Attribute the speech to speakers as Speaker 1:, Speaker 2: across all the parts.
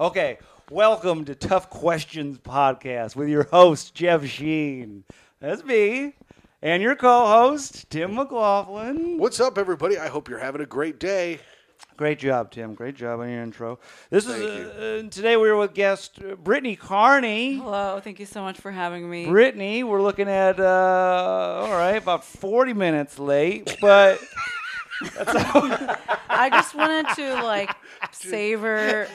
Speaker 1: Okay, welcome to Tough Questions Podcast with your host, Jeff Sheen. That's me. And your co host, Tim McLaughlin.
Speaker 2: What's up, everybody? I hope you're having a great day.
Speaker 1: Great job, Tim. Great job on your intro. This
Speaker 2: Thank
Speaker 1: is uh, uh, today we were with guest uh, Brittany Carney.
Speaker 3: Hello, thank you so much for having me.
Speaker 1: Brittany, we're looking at uh, all right, about forty minutes late, but
Speaker 3: I just wanted to like savor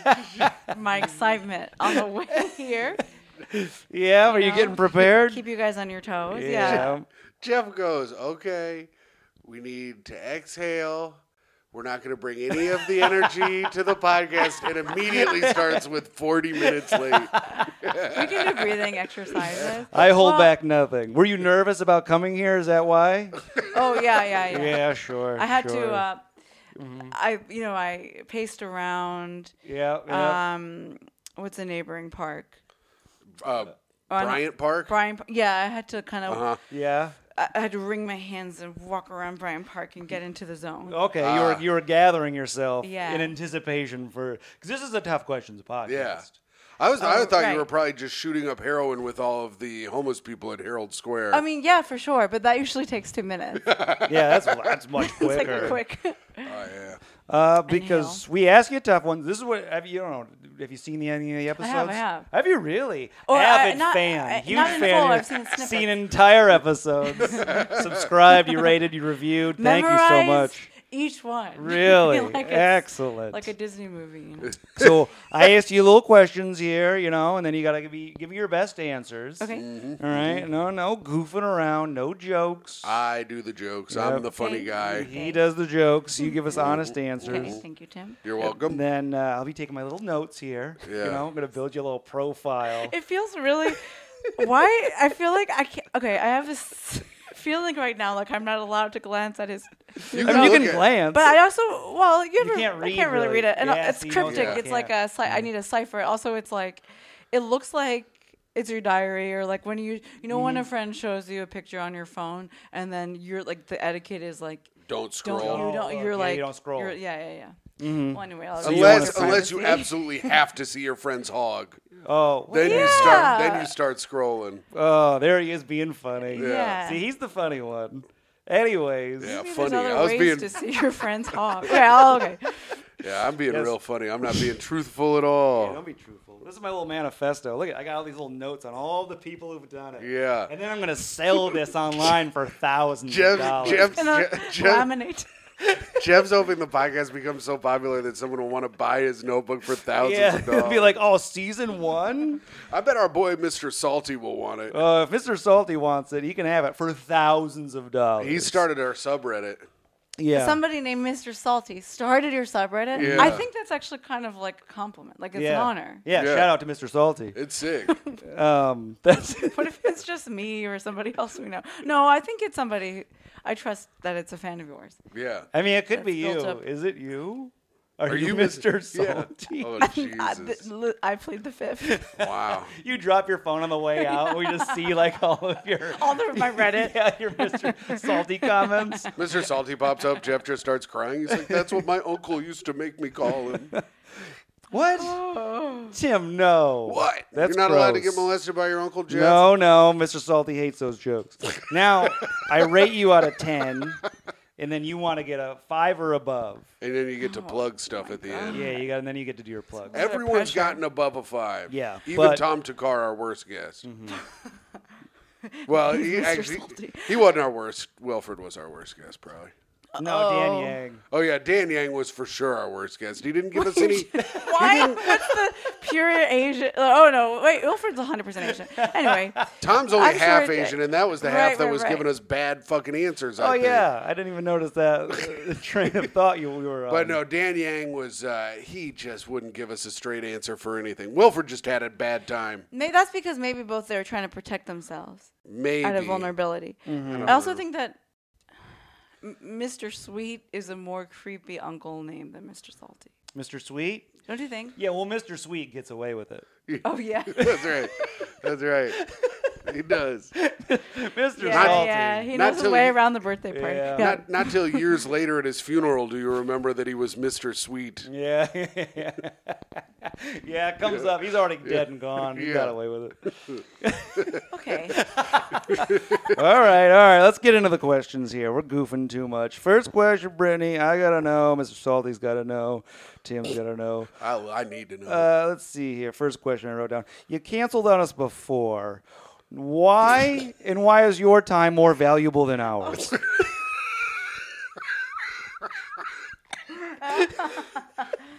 Speaker 3: my excitement on the way here.
Speaker 1: yeah, are you
Speaker 3: know,
Speaker 1: getting prepared?
Speaker 3: Keep you guys on your toes. Yeah.
Speaker 2: Jeff goes, okay, we need to exhale. We're not going to bring any of the energy to the podcast. It immediately starts with 40 minutes late.
Speaker 3: We can do breathing exercises.
Speaker 1: I hold
Speaker 3: Well,
Speaker 1: back nothing. Were you nervous about coming here? Is that why?
Speaker 3: Oh yeah, yeah, yeah.
Speaker 1: yeah, sure.
Speaker 3: I had
Speaker 1: sure. Mm-hmm.
Speaker 3: to uh I you know, I paced around
Speaker 1: yeah, yeah.
Speaker 3: um what's a neighboring park?
Speaker 2: Uh,
Speaker 3: On-
Speaker 2: Bryant Park?
Speaker 3: Brian yeah, I had to kind of
Speaker 2: Uh-huh.
Speaker 1: yeah.
Speaker 3: I I had to wring my hands and walk around Bryant Park and get into the zone.
Speaker 1: Okay, you were you were gathering yourself
Speaker 3: Uh, Yeah.
Speaker 1: in anticipation for because this is a tough questions podcast.
Speaker 2: Yeah. I was. I
Speaker 3: Oh,
Speaker 2: thought
Speaker 3: right.
Speaker 2: you were probably just shooting up heroin with all of the homeless people at Herald Square.
Speaker 3: I mean, yeah, for sure, but that usually takes 2 minutes.
Speaker 1: yeah, that's that's much quicker.
Speaker 3: it's like quick.
Speaker 2: oh, yeah.
Speaker 1: Uh, because we ask you tough ones. This is what have you, I don't know. Have you seen the any of the episodes?
Speaker 3: have, I have.
Speaker 1: Have you really?
Speaker 3: Or, uh,
Speaker 1: Avid
Speaker 3: not-
Speaker 1: fan,
Speaker 3: uh,
Speaker 1: huge
Speaker 3: not in
Speaker 1: fan.
Speaker 3: full,
Speaker 1: You've
Speaker 3: I've seen snippets.
Speaker 1: entire episodes. Subscribed, you rated, you reviewed. Thank you so
Speaker 3: Memorize
Speaker 1: much.
Speaker 3: Each one.
Speaker 1: Really?
Speaker 3: Like it's-
Speaker 1: Excellent.
Speaker 3: Like a Disney movie. You know?
Speaker 1: so I asked you little questions here, you know, and then you gotta give me give me your best answers.
Speaker 3: Okay. Mm-hmm.
Speaker 1: All right. No, no goofing around. No jokes.
Speaker 2: I do the jokes.
Speaker 1: Yep.
Speaker 2: I'm the funny
Speaker 3: Thank
Speaker 2: guy.
Speaker 3: you.
Speaker 1: he does the jokes. You give us honest answers.
Speaker 3: Okay, thank you, Tim.
Speaker 2: You're welcome.
Speaker 1: And then uh, I'll be taking my little notes here. You
Speaker 2: Yeah.
Speaker 1: know, I'm gonna build you a little profile.
Speaker 3: It feels really. why? I feel like I can't. Okay, I have this feeling right now like I'm not allowed to glance at his.
Speaker 2: You
Speaker 1: I mean, you
Speaker 2: look
Speaker 1: can
Speaker 2: at-
Speaker 1: glance.
Speaker 3: But I also, well, you, ever-
Speaker 1: can't
Speaker 3: I
Speaker 1: read,
Speaker 3: can't
Speaker 1: really.
Speaker 3: really
Speaker 1: Mm-hmm.
Speaker 3: read it. And
Speaker 1: Yeah,
Speaker 3: it's
Speaker 1: see, no,
Speaker 3: cryptic.
Speaker 2: you
Speaker 3: It's like a,
Speaker 1: can't.
Speaker 3: ci- I need a cipher. Also, it's like, it looks like it's your diary or like when you, you know, when
Speaker 1: Mm-hmm.
Speaker 3: a friend shows you a picture on your phone and then you're like, the etiquette is like,
Speaker 2: Don't
Speaker 3: don't
Speaker 2: scroll.
Speaker 3: you
Speaker 1: Oh,
Speaker 3: don't you're
Speaker 1: yeah, you
Speaker 3: like
Speaker 1: don't scroll.
Speaker 3: you're- yeah, yeah, yeah. Well, anyway, I'll
Speaker 1: you don't
Speaker 2: unless
Speaker 1: wanna
Speaker 2: unless Mm-hmm. you
Speaker 3: privacy.
Speaker 2: absolutely have to see your friend's hog.
Speaker 1: oh, what-
Speaker 2: Then you start. Then
Speaker 3: Yeah.
Speaker 2: you start scrolling.
Speaker 1: oh, there he is being funny.
Speaker 3: Yeah.
Speaker 1: See, he's the funny one. Anyways,
Speaker 2: Yeah,
Speaker 3: Maybe
Speaker 2: funny.
Speaker 3: There's other
Speaker 2: I was
Speaker 3: ways
Speaker 2: being.
Speaker 3: to see your friends hog. well, okay.
Speaker 2: Yeah, I'm being
Speaker 1: Yes.
Speaker 2: real funny. I'm not being truthful at all.
Speaker 1: don't be truthful. This is my little manifesto. Look, at I got all these little notes on all the people who've done it.
Speaker 2: Yeah.
Speaker 1: And then I'm gonna sell this online for thousands of
Speaker 2: Jeff,
Speaker 1: dollars.
Speaker 2: Jeff,
Speaker 3: And I'll
Speaker 2: Jeff, Jeff,
Speaker 3: laminate.
Speaker 2: Jeff's hoping the podcast becomes so popular that someone will want to buy his notebook for thousands
Speaker 1: yeah,
Speaker 2: of dollars.
Speaker 1: it'd be like, oh, season one.
Speaker 2: I bet our boy Mr. Salty will want it.
Speaker 1: Uh, if Mr. Salty wants it, he can have it for thousands of dollars.
Speaker 2: he started our subreddit.
Speaker 1: Yeah.
Speaker 3: Somebody named Mr. Salty started your subreddit.
Speaker 2: Yeah.
Speaker 3: I think that's actually kind of like a compliment. Like it's
Speaker 1: yeah.
Speaker 3: an honor.
Speaker 1: Yeah,
Speaker 2: Yeah.
Speaker 1: Shout out to Mr. Salty.
Speaker 2: It's sick.
Speaker 1: Um, that's
Speaker 3: What if it's just me or somebody else we know? No, I think it's somebody. who- I trust that it's a fan of yours.
Speaker 2: Yeah.
Speaker 1: I mean, it could be
Speaker 3: built
Speaker 1: you.
Speaker 3: up.
Speaker 1: Is it you? Are,
Speaker 2: Are
Speaker 1: you,
Speaker 2: you
Speaker 1: Mr.
Speaker 2: Mr. Yeah.
Speaker 1: Salty?
Speaker 2: Oh
Speaker 3: I, th-
Speaker 2: Jesus!
Speaker 3: li- I plead the fifth.
Speaker 2: Wow.
Speaker 1: You drop your phone on the way out. We just see like all of your
Speaker 3: All the my Reddit.
Speaker 1: yeah, your Mr. Salty comments.
Speaker 2: Mr. Salty pops up. Jeff just starts crying. He's like, "That's what my uncle used to make me call him."
Speaker 1: What? Tim, no.
Speaker 2: What?
Speaker 1: That's
Speaker 2: You're not allowed to
Speaker 1: gross.
Speaker 2: get molested by your uncle Jeff.
Speaker 1: No, no, Mr. Salty hates those jokes. Now, I rate you out of ten, and then you want to get a five or above.
Speaker 2: And then you get
Speaker 3: Oh
Speaker 2: to plug stuff at the end.
Speaker 1: Yeah, you got, and then you get to do your plugs.
Speaker 2: Everyone's
Speaker 3: pressure.
Speaker 2: gotten above a five.
Speaker 1: Yeah,
Speaker 2: Even
Speaker 1: but- Mm-hmm.
Speaker 2: Tom Takar, our worst guest. well, he
Speaker 3: Mr.
Speaker 2: actually
Speaker 3: Salty.
Speaker 2: he wasn't our worst. Wilfred was our worst guest, probably.
Speaker 1: No, Dan
Speaker 3: Uh-oh.
Speaker 1: Yang.
Speaker 2: Oh yeah, Dan Yang was for sure our worst guest. He didn't give us any.
Speaker 3: Why? What's the pure Asian? Oh no! Wait, Wilfred's 100 percent Asian. Anyway,
Speaker 2: Tom's only
Speaker 3: I'm sure
Speaker 2: half
Speaker 3: it did.
Speaker 2: Asian, and that was the
Speaker 3: Right,
Speaker 2: half that
Speaker 3: right,
Speaker 2: was
Speaker 3: right.
Speaker 2: giving us bad fucking answers. I
Speaker 1: Oh
Speaker 2: think.
Speaker 1: yeah, I didn't even notice that uh, train of thought you were. um, on.
Speaker 2: But no, Dan Yang was, uh, he just wouldn't give us a straight answer for anything. Wilfred just had a bad time.
Speaker 3: May that's because maybe both they're trying to protect themselves
Speaker 2: Maybe. Mm-hmm.
Speaker 3: out of vulnerability. I also think that M- Mr. Sweet is a more creepy uncle name than Mr. Salty.
Speaker 1: Mr. Sweet.
Speaker 3: Don't you think?
Speaker 1: Yeah, well, Mr. Sweet gets away with it.
Speaker 3: Oh yeah.
Speaker 2: That's right. That's right. He does.
Speaker 1: Mr.
Speaker 3: Yeah,
Speaker 1: Salty.
Speaker 3: yeah, he
Speaker 2: Not
Speaker 3: knows his
Speaker 2: till
Speaker 3: way
Speaker 2: you-
Speaker 3: around the birthday party.
Speaker 1: Yeah.
Speaker 3: Yeah.
Speaker 2: Not, not till years later at his funeral do you remember that he was Mr. Sweet.
Speaker 1: Yeah. yeah, it comes up. He's already dead and gone. He got
Speaker 2: Yeah.
Speaker 1: away with it.
Speaker 3: okay.
Speaker 1: all right, all right. Let's get into the questions here. We're goofing too much. First question, Brittany. I gotta know. Mr. Salty's gotta know. Tim's gotta know.
Speaker 2: I, I need to know.
Speaker 1: Uh, let's see here. First question I wrote down. You canceled on us before. Why and why is your time more valuable than ours?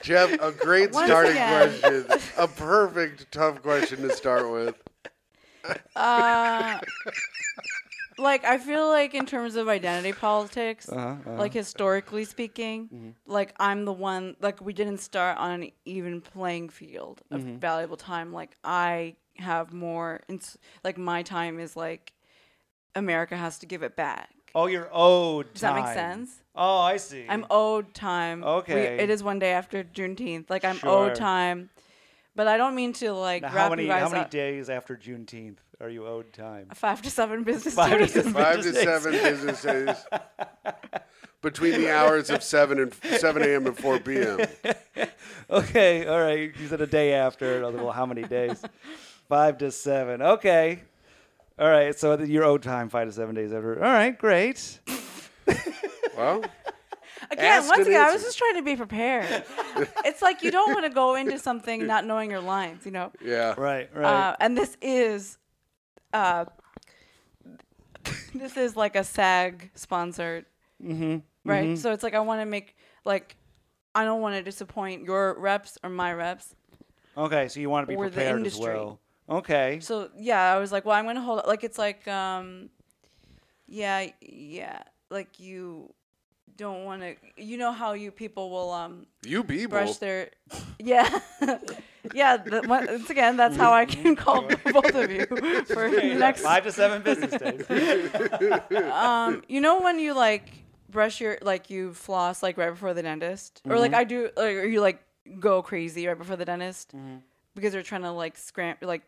Speaker 2: Jeff, a great
Speaker 3: Once
Speaker 2: starting
Speaker 3: again.
Speaker 2: question. A perfect tough question to start with.
Speaker 3: Uh, like I feel like in terms of identity politics,
Speaker 1: Uh-huh,
Speaker 3: like historically speaking,
Speaker 1: Mm-hmm.
Speaker 3: like I'm the one. Like we didn't start on an even playing field of
Speaker 1: Mm-hmm.
Speaker 3: valuable time. Like I have more. Ins- like my time is like America has to give it back.
Speaker 1: Oh, you're owed.
Speaker 3: Does that make
Speaker 1: time.
Speaker 3: sense?
Speaker 1: Oh, I see.
Speaker 3: I'm owed time. We-
Speaker 1: Okay.
Speaker 3: it is one day after Juneteenth. Like I'm
Speaker 1: Sure.
Speaker 3: owed time, but I don't mean to like
Speaker 1: Now,
Speaker 3: wrap
Speaker 1: how many
Speaker 3: you guys
Speaker 1: how many
Speaker 3: up.
Speaker 1: days after Juneteenth are you owed time?
Speaker 3: Five to seven business
Speaker 1: Five to
Speaker 3: days.
Speaker 1: seven.
Speaker 2: Five to
Speaker 1: Business days.
Speaker 2: seven business days. Between the hours of seven and seven a.m. and four p.m.
Speaker 1: Okay, all right. You said a day after. Another, well, how many days? five to seven. Okay. All right. So that you're owed time five to seven days after. All right. Great.
Speaker 2: Well,
Speaker 3: Again,
Speaker 2: Asked
Speaker 3: once
Speaker 2: and
Speaker 3: again, I was
Speaker 2: answered.
Speaker 3: just trying to be prepared. it's like you don't want to go into something not knowing your lines, you know.
Speaker 2: yeah.
Speaker 1: Right. Right.
Speaker 3: Uh, and this is, uh, this is like a SAG sponsored, right? So it's like I want to make like I don't want to disappoint your reps or my reps.
Speaker 1: okay. So you want to be
Speaker 3: or the
Speaker 1: prepared as
Speaker 3: industry.
Speaker 1: well. Okay.
Speaker 3: So yeah, I was like, well, I'm gonna hold. Like it's like, um, yeah, yeah, like you don't want to. You know how you people will um
Speaker 2: You people.
Speaker 3: brush their yeah yeah th- once again that's how i can call both of you for the next
Speaker 1: Five to seven business days.
Speaker 3: um you know when you like brush your like you floss like right before the dentist or like i do like, or you like go crazy right before the dentist because they're trying to like scram like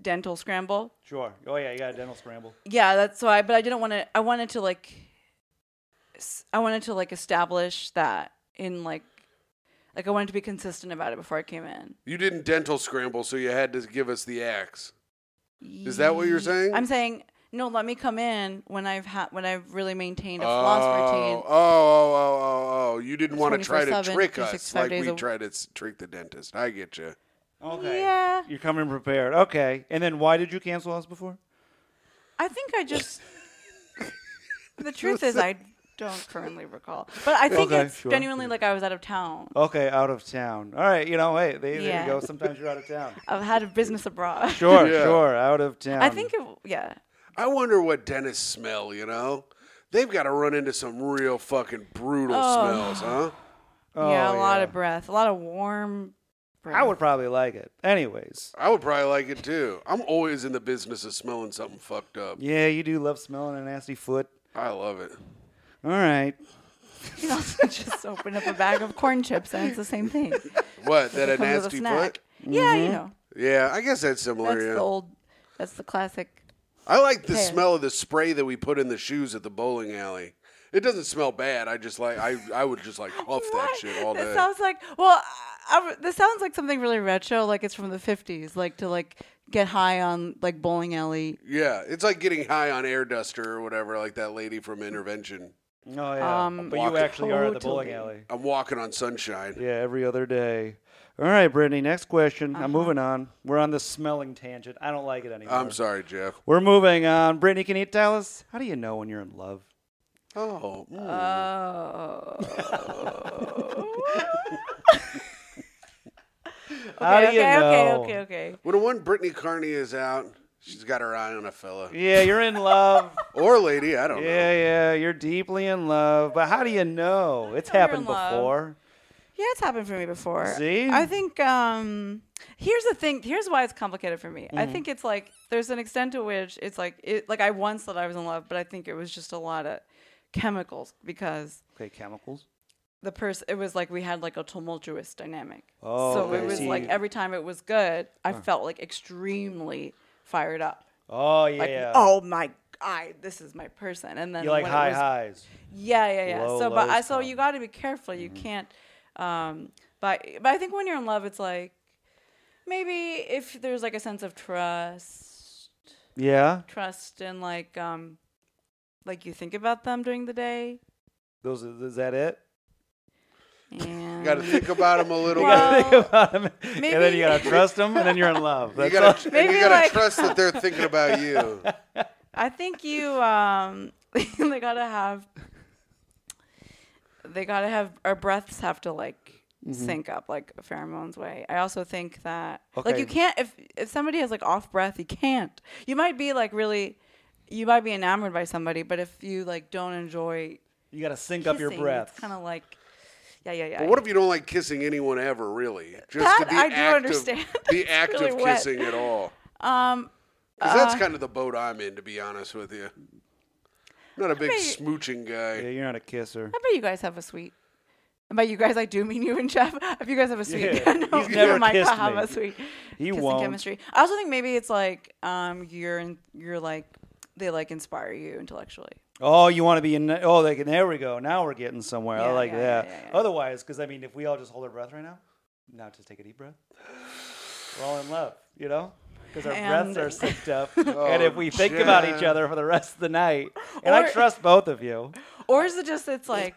Speaker 3: dental scramble
Speaker 1: sure. Oh yeah, you got a dental scramble.
Speaker 3: yeah that's why but i didn't want to i wanted to like s- i wanted to like establish that in like like i wanted to be consistent about it before i came in
Speaker 2: You didn't dental scramble, so you had to give us the axe. Is that what you're saying?
Speaker 3: I'm saying no. Let me come in when I've had when I've really maintained a floss
Speaker 2: oh, oh,
Speaker 3: routine.
Speaker 2: oh, oh, oh! You didn't want to try to
Speaker 3: 24/7,
Speaker 2: trick us
Speaker 3: 365
Speaker 2: like
Speaker 3: days
Speaker 2: we
Speaker 3: a-
Speaker 2: try to s- trick the dentist. I get you.
Speaker 1: Okay.
Speaker 3: Yeah,
Speaker 1: You're coming prepared. Okay. And then why did you cancel us before?
Speaker 3: I think I just. the truth is, I don't currently recall, but I think
Speaker 1: Okay,
Speaker 3: it's
Speaker 1: sure.
Speaker 3: genuinely like I was out of town.
Speaker 1: Okay, out of town. All right. You know, hey, they, there
Speaker 3: Yeah.
Speaker 1: you go. Sometimes you're out of town.
Speaker 3: I've had a business abroad.
Speaker 1: Sure.
Speaker 2: Yeah.
Speaker 1: Sure. Out of town.
Speaker 3: I think it. Yeah.
Speaker 2: I wonder what dentists smell. You know, they've got to run into some real fucking brutal
Speaker 3: Oh.
Speaker 2: smells, huh?
Speaker 3: yeah, a
Speaker 1: Oh,
Speaker 3: lot
Speaker 1: yeah.
Speaker 3: of breath, a lot of warm. Breath.
Speaker 1: I would probably like it. Anyways.
Speaker 2: I would probably like it too. I'm always in the business of smelling something fucked up.
Speaker 1: Yeah, you do love smelling a nasty foot.
Speaker 2: I love it.
Speaker 1: All right.
Speaker 3: You can also just open up a bag of corn chips, and it's the same thing.
Speaker 2: What? That a
Speaker 3: It comes with
Speaker 2: nasty
Speaker 3: snack.
Speaker 2: foot?
Speaker 3: Yeah, you know
Speaker 2: Yeah, I guess that's similar.
Speaker 3: that's
Speaker 2: yeah.
Speaker 3: the old, that's the classic
Speaker 2: I like the
Speaker 3: Pear.
Speaker 2: smell of the spray that we put in the shoes at the bowling alley. It doesn't smell bad. I just like I I would just like huff that
Speaker 3: What?
Speaker 2: shit all
Speaker 3: That
Speaker 2: day.
Speaker 3: sounds like well, I, I- this sounds like something really retro, like it's from the fifties, like to like get high on like bowling alley.
Speaker 2: yeah, it's like getting high on air duster or whatever, like that lady from Intervention.
Speaker 1: Oh yeah.
Speaker 3: Um,
Speaker 1: but you
Speaker 2: Walking.
Speaker 1: actually are at the bowling
Speaker 3: Totally.
Speaker 1: alley.
Speaker 2: I'm walking on sunshine.
Speaker 1: Yeah, every other day. All right, Brittany. Next question.
Speaker 3: Uh-huh.
Speaker 1: I'm moving on. We're on the smelling tangent. I don't like it anymore.
Speaker 2: I'm sorry, Jeff.
Speaker 1: We're moving on. Brittany, can you tell us how do you know when you're in love?
Speaker 2: Oh, mm.
Speaker 3: Uh, Oh.
Speaker 1: How do
Speaker 3: okay,
Speaker 1: you
Speaker 3: okay,
Speaker 1: know?
Speaker 3: okay, okay,
Speaker 2: when the one Brittany Carney is out, she's got her eye on a fella
Speaker 1: Yeah, you're in love.
Speaker 2: or lady. I don't
Speaker 1: yeah, yeah, you're deeply in love. But how do you know? It's
Speaker 3: know you're in
Speaker 1: happened
Speaker 3: love.
Speaker 1: before.
Speaker 3: Yeah, it's happened for me before.
Speaker 1: See?
Speaker 3: I think um here's the thing, here's why it's complicated for me.
Speaker 1: Mm-hmm.
Speaker 3: I think it's like there's an extent to which it's like it like I once thought I was in love, but I think it was just a lot of chemicals because
Speaker 1: Okay, chemicals.
Speaker 3: the person it was like we had like a tumultuous dynamic
Speaker 1: Oh,
Speaker 3: so it
Speaker 1: I
Speaker 3: was like
Speaker 1: see.
Speaker 3: every time it was good i felt like extremely fired up.
Speaker 1: Oh yeah.
Speaker 3: Like, oh my, I this is my person. And then
Speaker 1: you like
Speaker 3: when it
Speaker 1: high
Speaker 3: was-
Speaker 1: highs.
Speaker 3: Yeah, yeah, yeah.
Speaker 1: Low
Speaker 3: so, but I
Speaker 1: lows
Speaker 3: so
Speaker 1: come.
Speaker 3: you got to be careful. You can't. Um, but but I think when you're in love, it's like maybe if there's like a sense of trust,
Speaker 1: Yeah.
Speaker 3: trust and like um, like you think about them during the day.
Speaker 1: Those are- is that it?
Speaker 3: And
Speaker 2: You got to think about him a little
Speaker 1: You
Speaker 3: Well,
Speaker 1: gotta think about 'em, and then
Speaker 3: maybe-
Speaker 1: you gotta trust them, and then you're in love.
Speaker 2: bit. You
Speaker 1: That's
Speaker 2: got to
Speaker 3: Maybe
Speaker 2: you gotta
Speaker 3: like-
Speaker 2: trust that they're thinking about you.
Speaker 3: I think you um they gotta have they gotta have our breaths have to like
Speaker 1: Mm-hmm.
Speaker 3: sync up like pheromones way. I also think that like
Speaker 1: Okay.
Speaker 3: you can't if if somebody has like off breath, you can't. You might be like really you might be enamored by somebody, but if you like don't enjoy
Speaker 1: you gotta sync up your
Speaker 3: kissing,
Speaker 1: breath.
Speaker 3: it's kind of like yeah yeah yeah.
Speaker 2: But what if you don't like kissing anyone ever, really? Just
Speaker 3: That
Speaker 2: to the
Speaker 3: I do
Speaker 2: act
Speaker 3: understand.
Speaker 2: Of, the
Speaker 3: It's
Speaker 2: act
Speaker 3: really
Speaker 2: of
Speaker 3: wet.
Speaker 2: kissing at all.
Speaker 3: um
Speaker 2: Because that's kind of the boat I'm in, to be honest with you. I'm not a big
Speaker 3: mean-
Speaker 2: smooching
Speaker 1: yeah,
Speaker 2: guy.
Speaker 1: you're not a kisser.
Speaker 3: I bet you guys have a sweet. And by you guys, I do mean you and Jeff. If you guys have a sweet,
Speaker 1: Yeah.
Speaker 3: no,
Speaker 1: He's
Speaker 3: never
Speaker 1: never
Speaker 3: mind.
Speaker 1: kissed
Speaker 3: have
Speaker 1: me.
Speaker 3: a sweet.
Speaker 1: He
Speaker 3: kissing
Speaker 1: won't.
Speaker 3: chemistry. I also think maybe it's like um, you're in, you're like they like inspire you intellectually.
Speaker 1: Oh, you want to be in? Oh, they can, there we go. Now we're getting somewhere. I
Speaker 3: Yeah,
Speaker 1: like
Speaker 3: yeah,
Speaker 1: that.
Speaker 3: yeah, yeah, yeah.
Speaker 1: Otherwise, because I mean, if we all just hold our breath right now, now just take a deep breath. We're all in love, you know, because our
Speaker 3: And- Oh,
Speaker 1: breaths are synced up, and if we think about each
Speaker 2: Jen.
Speaker 1: other for the rest of the night, and I
Speaker 3: Or-
Speaker 1: trust both of you.
Speaker 3: Or is it just it's like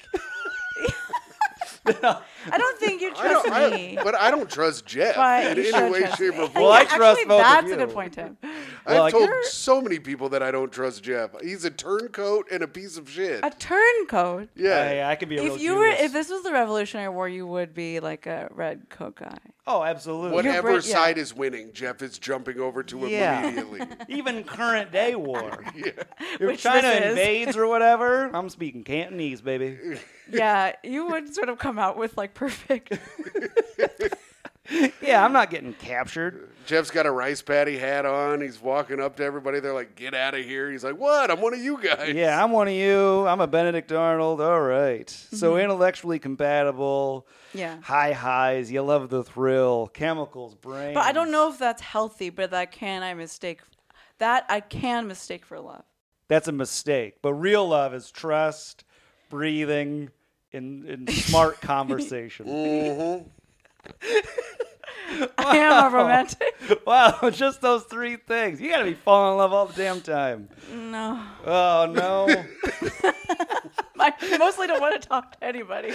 Speaker 3: I don't think you
Speaker 2: I
Speaker 3: trust
Speaker 2: don't, I,
Speaker 3: me.
Speaker 2: but I don't trust Jeff
Speaker 3: but
Speaker 2: in
Speaker 3: you
Speaker 2: any
Speaker 3: should
Speaker 2: way,
Speaker 3: trust
Speaker 2: shape,
Speaker 3: me.
Speaker 2: or form.
Speaker 1: Well, I
Speaker 3: Actually,
Speaker 1: trust both of
Speaker 3: That's a
Speaker 1: you.
Speaker 3: good point, Tim.
Speaker 1: Well, I-
Speaker 2: I've told
Speaker 3: You're-
Speaker 2: so many people that I don't trust Jeff. He's a turncoat and a piece of shit.
Speaker 3: A turncoat.
Speaker 1: Hey,
Speaker 2: yeah.
Speaker 1: I can be a real
Speaker 3: If you were,
Speaker 1: Judas.
Speaker 3: if this was the Revolutionary War, you would be like a red coat guy.
Speaker 1: oh, absolutely.
Speaker 2: Whatever
Speaker 3: bra- yeah.
Speaker 2: side is winning, Jeff is jumping over to him
Speaker 1: Yeah.
Speaker 2: immediately.
Speaker 1: Even current day war. If
Speaker 3: Which
Speaker 1: China
Speaker 3: this is.
Speaker 1: invades or whatever, I'm speaking Cantonese, baby.
Speaker 3: Yeah, you would sort of come out with like perfect.
Speaker 1: Yeah, I'm not getting captured.
Speaker 2: Jeff's got a rice patty hat on. He's walking up to everybody. They're like, "Get out of here!" He's like, "What? I'm one of you guys."
Speaker 1: Yeah, I'm one of you. I'm a Benedict Arnold. All right. So intellectually compatible.
Speaker 3: Mm-hmm. Yeah.
Speaker 1: High highs. You love the thrill. Chemicals, brain.
Speaker 3: But I don't know if that's healthy, but that can I mistake that I can mistake for love.
Speaker 1: That's a mistake. But real love is trust, breathing, and, and smart conversation.
Speaker 2: Mhm.
Speaker 3: I am a romantic.
Speaker 1: wow, just those three things. You got to be falling in love all the damn time.
Speaker 3: No.
Speaker 1: Oh, no.
Speaker 3: I mostly don't want to talk to anybody.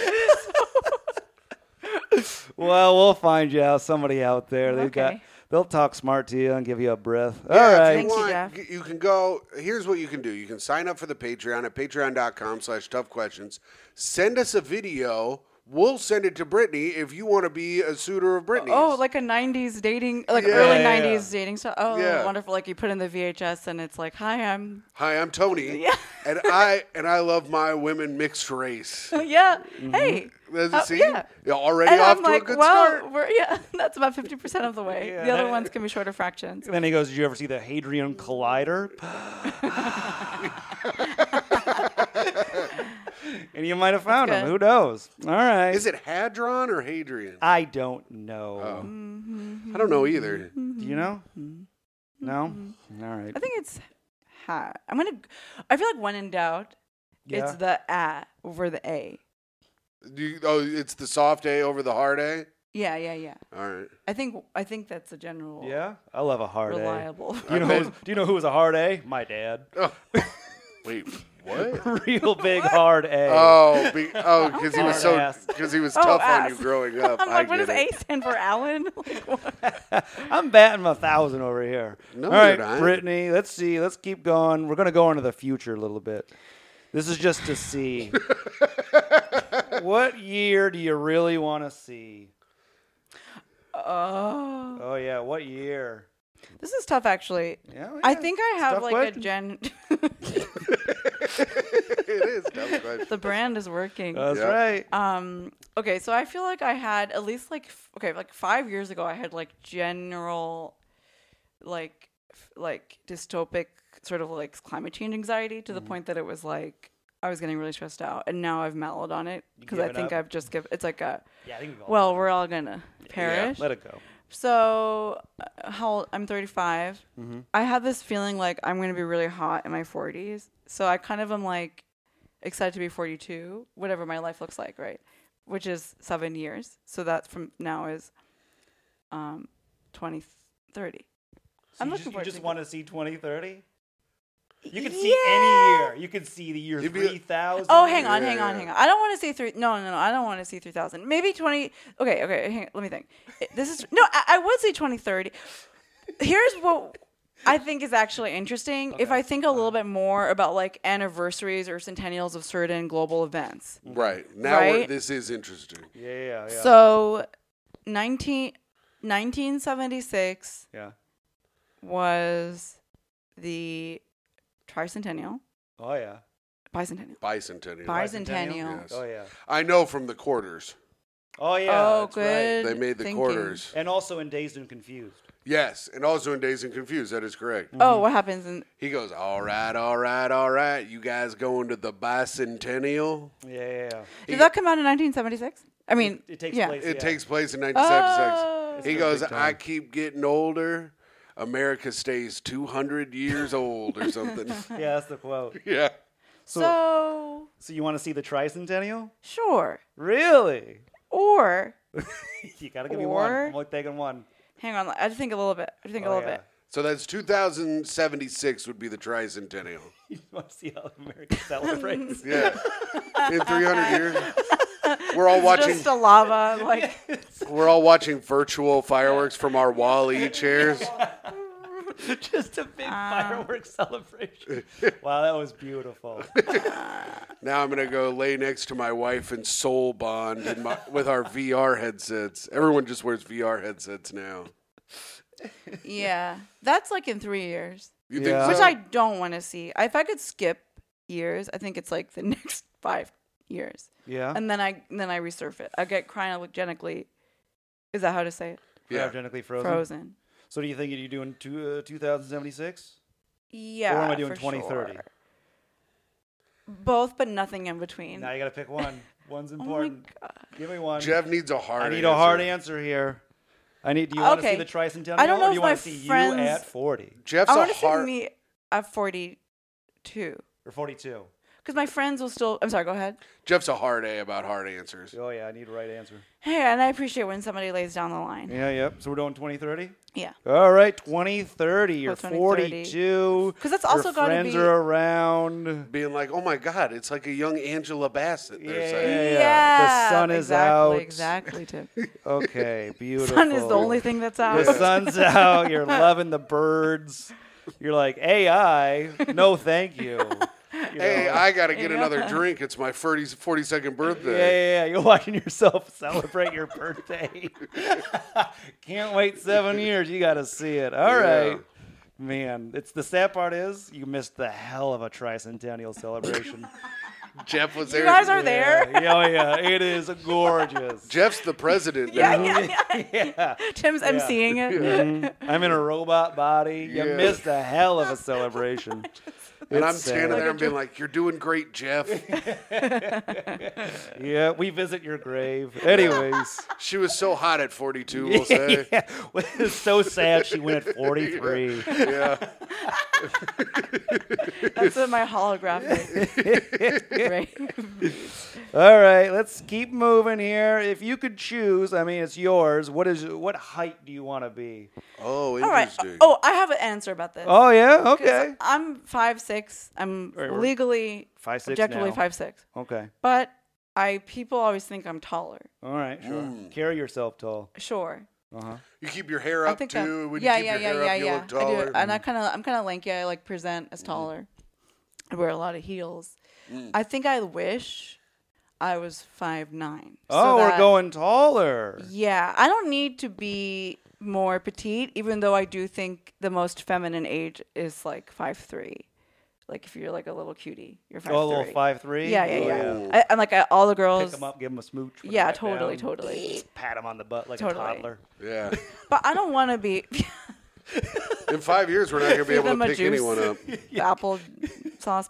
Speaker 1: Well, we'll find you out. Somebody out there, they've got,
Speaker 3: Okay.
Speaker 1: they'll talk smart to you and give you a breath.
Speaker 2: Yeah,
Speaker 1: All
Speaker 2: if
Speaker 1: right.
Speaker 2: You,
Speaker 3: Thank you,
Speaker 2: want,
Speaker 3: Jeff.
Speaker 2: g- you can go. Here's what you can do. You can sign up for the Patreon at patreon.com slash tough questions. Send us a video. We'll send it to Brittany if you want to be a suitor of Brittany's.
Speaker 3: oh, like a '90s dating, like
Speaker 2: Yeah,
Speaker 3: early
Speaker 1: yeah, yeah.
Speaker 3: '90s dating stuff. Oh,
Speaker 2: Yeah.
Speaker 3: wonderful! Like you put in the VHS, and it's like, "Hi, I'm."
Speaker 2: Hi, I'm Tony.
Speaker 3: Yeah.
Speaker 2: And I and I love my women mixed race.
Speaker 3: yeah. Hey.
Speaker 2: That's
Speaker 3: Uh,
Speaker 2: see?
Speaker 3: yeah.
Speaker 2: You're already
Speaker 3: And
Speaker 2: Mm-hmm. off
Speaker 3: I'm
Speaker 2: to
Speaker 3: like,
Speaker 2: a good
Speaker 3: well,
Speaker 2: start.
Speaker 3: we're, yeah, that's about 50% of the way.
Speaker 1: Yeah.
Speaker 3: The other ones can be shorter fractions.
Speaker 1: And then he goes, "Did you ever see the Hadrian Collider?" and you might have found
Speaker 3: That's
Speaker 1: him.
Speaker 3: good.
Speaker 1: Who knows? All right.
Speaker 2: Is it Hadron or Hadrian?
Speaker 1: I don't know.
Speaker 2: Oh. I don't
Speaker 3: Mm-hmm.
Speaker 2: know either.
Speaker 1: Do you know? No. All right.
Speaker 3: I think it's ha. I'm gonna. I feel like when in doubt,
Speaker 1: Yeah.
Speaker 3: it's the a over the a.
Speaker 2: Do you- oh, it's the soft A over the hard A?
Speaker 3: Yeah, yeah, yeah.
Speaker 2: All right.
Speaker 3: I think I think that's a general
Speaker 1: yeah. I love a hard
Speaker 3: reliable.
Speaker 1: A. Do you know?
Speaker 2: I
Speaker 1: Who, do you know who was a hard A? My dad.
Speaker 2: Oh. Wait, what?
Speaker 1: Real big hard A.
Speaker 2: Oh, be, oh, because he was so
Speaker 1: Hard-ass.
Speaker 2: because he was
Speaker 3: Oh,
Speaker 2: tough on
Speaker 3: ass.
Speaker 2: you growing up.
Speaker 3: I'm
Speaker 2: I
Speaker 3: like, what
Speaker 2: get
Speaker 3: does
Speaker 2: it.
Speaker 3: A stand for, Alan? Like, what?
Speaker 1: I'm batting a thousand over here.
Speaker 2: No,
Speaker 1: All right,
Speaker 2: you're not.
Speaker 1: Brittany. Let's see. Let's keep going. We're gonna go into the future a little bit. This is just to see. what year do you really want to see?
Speaker 3: Oh,
Speaker 1: Oh yeah, what year?
Speaker 3: this is tough, actually.
Speaker 1: Yeah, well,
Speaker 3: I
Speaker 1: yeah,
Speaker 3: think I
Speaker 1: it's a
Speaker 3: have
Speaker 1: tough
Speaker 3: like
Speaker 1: question.
Speaker 3: a gen.
Speaker 2: it is a tough question.
Speaker 3: the brand is working.
Speaker 1: That's
Speaker 2: Yeah.
Speaker 1: right.
Speaker 3: Um. Okay, so I feel like I had at least like f- okay, like five years ago, I had like general, like f- like dystopic sort of like climate change anxiety
Speaker 1: Mm-hmm.
Speaker 3: to the point that it was like I was getting really stressed out, and now I've mellowed on it because I
Speaker 1: giving
Speaker 3: think
Speaker 1: up?
Speaker 3: I've just given. It's like a
Speaker 1: yeah, I think we've all
Speaker 3: well, we're all gonna perish.
Speaker 1: let it go.
Speaker 3: So, uh, how old, I'm 35. I have this feeling like I'm going to be really hot in my 40s. So I kind of am like excited to be 42, whatever my life looks like, right? Which is seven years. So that's from now is um, 20, 30. I'm
Speaker 1: you
Speaker 3: looking
Speaker 1: just, you
Speaker 3: forward
Speaker 1: just
Speaker 3: to
Speaker 1: want to see 2030? You could see any
Speaker 3: Yeah.
Speaker 1: year. You could see the year
Speaker 2: You'd be-
Speaker 1: 3000.
Speaker 3: Oh, hang on,
Speaker 2: Yeah,
Speaker 3: hang on,
Speaker 2: yeah.
Speaker 3: hang on. I don't want to see three. No, no, no. I don't want to see three thousand. Maybe twenty. Okay, okay. Hang, let me think. This is no. I, I would say twenty thirty. Here's what I think is actually interesting. If I think a little
Speaker 1: Uh-huh.
Speaker 3: bit more about like anniversaries or centennials of certain global events.
Speaker 2: Right. Now we're
Speaker 3: Right?
Speaker 2: this is interesting.
Speaker 1: Yeah, yeah, Oh, yeah.
Speaker 3: So, 19, 1976
Speaker 1: yeah.
Speaker 3: was the tricentennial,
Speaker 1: Oh, yeah.
Speaker 3: bicentennial,
Speaker 2: Bicentennial.
Speaker 3: Bicentennial.
Speaker 2: Yes.
Speaker 1: Oh, yeah.
Speaker 2: I know from the quarters.
Speaker 1: Oh, yeah.
Speaker 3: oh,
Speaker 1: that's
Speaker 3: good.
Speaker 2: They made the
Speaker 3: thinking.
Speaker 2: quarters.
Speaker 1: Right. And also in Dazed and Confused.
Speaker 2: Yes, and also in Days and Confused. That is correct.
Speaker 1: Mm-hmm.
Speaker 3: Oh, what happens in
Speaker 2: He goes, all right, all right, all right. You guys going to the bicentennial?
Speaker 1: Yeah, yeah, yeah.
Speaker 3: Did that come out in 1976? I mean,
Speaker 1: It takes
Speaker 3: yeah.
Speaker 1: place.
Speaker 2: It
Speaker 1: yeah.
Speaker 2: takes place in
Speaker 3: Oh.
Speaker 2: 1976.
Speaker 3: It's
Speaker 2: He
Speaker 1: been a
Speaker 2: goes,
Speaker 1: big time.
Speaker 2: I keep getting older. America stays 200 years old or something.
Speaker 1: Yeah, that's the quote.
Speaker 2: yeah.
Speaker 3: So,
Speaker 1: So you want to see the tricentennial?
Speaker 3: sure.
Speaker 1: Really?
Speaker 3: Or
Speaker 1: You gotta give me one.
Speaker 3: Or-
Speaker 1: I'm only taking one.
Speaker 3: hang on, I had to think a little bit. I had to think
Speaker 1: Oh,
Speaker 3: a little
Speaker 1: yeah.
Speaker 3: bit.
Speaker 2: So that's 2076 would be the tricentennial.
Speaker 1: You want to see how America celebrates?
Speaker 2: Yeah. in 300 years. We're all watching
Speaker 3: Just a lava, like
Speaker 2: we're all watching virtual fireworks from our Wally chairs.
Speaker 1: Just a big
Speaker 3: Ah.
Speaker 1: fireworks celebration. Wow, that was beautiful.
Speaker 2: Now I'm gonna go lay next to my wife and soul bond in my, with our VR headsets. Everyone just wears VR headsets now.
Speaker 3: yeah. That's like in three years,
Speaker 2: You
Speaker 1: Yeah.
Speaker 2: think
Speaker 3: which
Speaker 2: so?
Speaker 3: I don't want to see. If I could skip years, I think it's like the next five years,
Speaker 1: Yeah.
Speaker 3: and then I then I resurf it. I get cryogenically. Is that how to say it?
Speaker 2: Yeah.
Speaker 1: Cryogenically frozen.
Speaker 3: Frozen.
Speaker 1: So do you think you're doing two, uh, 2076?
Speaker 3: Yeah.
Speaker 1: or am I doing
Speaker 3: for
Speaker 1: 2030?
Speaker 3: sure. Both, but nothing in between.
Speaker 1: Now you gotta pick one. One's
Speaker 3: Oh my
Speaker 1: important.
Speaker 3: god.
Speaker 1: give me one.
Speaker 2: Jeff needs a hard.
Speaker 1: I need a hard
Speaker 2: answer.
Speaker 1: answer here. I need. Do you want to see
Speaker 3: Okay.
Speaker 1: the tricentennial?
Speaker 3: I don't know
Speaker 1: or do
Speaker 3: if
Speaker 1: you
Speaker 3: my
Speaker 1: want to see
Speaker 3: friends-
Speaker 1: you at 40
Speaker 2: Jeff's
Speaker 3: I
Speaker 2: a
Speaker 3: want to see
Speaker 2: hard.
Speaker 3: me at 42. Because
Speaker 1: or 42?
Speaker 3: my friends will still. I'm sorry, go ahead.
Speaker 2: Jeff's a hard A about hard answers.
Speaker 1: Oh yeah, I need a right answer.
Speaker 3: Hey, and I appreciate when somebody lays down the line.
Speaker 1: Yeah, yep. So we're doing 2030.
Speaker 3: Yeah.
Speaker 1: All right, 2030. You're
Speaker 3: Oh, 2030.
Speaker 1: 42.
Speaker 3: 'Cause that's also
Speaker 1: Your
Speaker 3: gotta
Speaker 1: friends
Speaker 3: be-
Speaker 1: are around.
Speaker 2: Being like, oh my god, it's like a young Angela Bassett. They're
Speaker 1: Yeah.
Speaker 2: saying.
Speaker 1: the sun is
Speaker 3: exactly,
Speaker 1: out.
Speaker 3: Exactly, Tim.
Speaker 1: Okay, beautiful.
Speaker 3: sun is the only thing that's out.
Speaker 1: The sun's out. You're loving the birds. You're like AI. No, thank you. You know?
Speaker 2: Hey, I gotta get another drink. It's my 40, 42nd
Speaker 1: Yeah,
Speaker 2: birthday.
Speaker 1: yeah, yeah. You're watching yourself celebrate your birthday. Can't wait seven years. You got to see it. All
Speaker 2: Yeah.
Speaker 1: right. Man, it's the sad part is you missed the hell of a tricentennial celebration.
Speaker 2: Jeff was
Speaker 3: You
Speaker 2: there.
Speaker 3: guys are
Speaker 1: yeah,
Speaker 3: there.
Speaker 1: yeah, yeah, it is gorgeous.
Speaker 2: Jeff's the president
Speaker 3: Yeah,
Speaker 2: now.
Speaker 3: yeah, yeah.
Speaker 1: Yeah,
Speaker 3: Tim's emceeing it.
Speaker 1: Mhm. I'm in a robot body. You
Speaker 2: Yeah.
Speaker 1: missed a hell of a celebration.
Speaker 2: And
Speaker 1: It's
Speaker 2: I'm
Speaker 1: sad.
Speaker 2: standing there and being like, You're doing great, Jeff.
Speaker 1: Yeah, we visit your grave. Anyways.
Speaker 2: She was so hot at 42, we'll say.
Speaker 1: yeah. It's so sad she went at 43.
Speaker 2: Yeah.
Speaker 3: That's what my holographic. right?
Speaker 1: All right, let's keep moving here. If you could choose, I mean, it's yours. What is what height do you want to be?
Speaker 2: Oh,
Speaker 3: All right.
Speaker 2: interesting.
Speaker 3: Oh, I have an answer about this.
Speaker 1: Oh yeah,
Speaker 3: 'Cause
Speaker 1: okay,
Speaker 3: I'm five six. I'm
Speaker 1: Right, we're-
Speaker 3: legally,
Speaker 1: 5'6"
Speaker 3: objectively
Speaker 1: now.
Speaker 3: five six.
Speaker 1: okay,
Speaker 3: But I people always think I'm taller.
Speaker 1: all right, sure. Carry yourself tall.
Speaker 3: Sure.
Speaker 2: You keep your hair
Speaker 3: I
Speaker 2: up
Speaker 3: think
Speaker 2: too.
Speaker 3: that.
Speaker 2: When
Speaker 3: yeah,
Speaker 2: you keep
Speaker 3: yeah,
Speaker 2: your
Speaker 3: yeah,
Speaker 2: hair
Speaker 3: yeah,
Speaker 2: up, you
Speaker 3: yeah.
Speaker 2: look
Speaker 3: I
Speaker 2: taller. Mm-hmm.
Speaker 3: do. And I kind of, I'm kind of lanky. I like present as taller. I wear a lot of heels.
Speaker 2: Mm.
Speaker 3: I think I wish I was five nine.
Speaker 1: oh, we're going taller.
Speaker 3: Yeah, I don't need to be more petite, even though I do think the most feminine age is like five three. Like if you're like a little cutie, you're five
Speaker 1: Oh, a little five three.
Speaker 3: Yeah, yeah, yeah.
Speaker 2: yeah.
Speaker 3: I, and like I, all the girls.
Speaker 1: Pick him up, give him a smooch. put 'em
Speaker 3: Yeah,
Speaker 1: back
Speaker 3: totally,
Speaker 1: down,
Speaker 3: totally.
Speaker 1: Pat him on the butt like
Speaker 3: Totally.
Speaker 1: a toddler.
Speaker 2: yeah.
Speaker 3: But I don't want to be
Speaker 2: In five years, we're not going to be able to
Speaker 3: them a
Speaker 2: pick
Speaker 3: juice.
Speaker 2: anyone up.
Speaker 3: apple sauce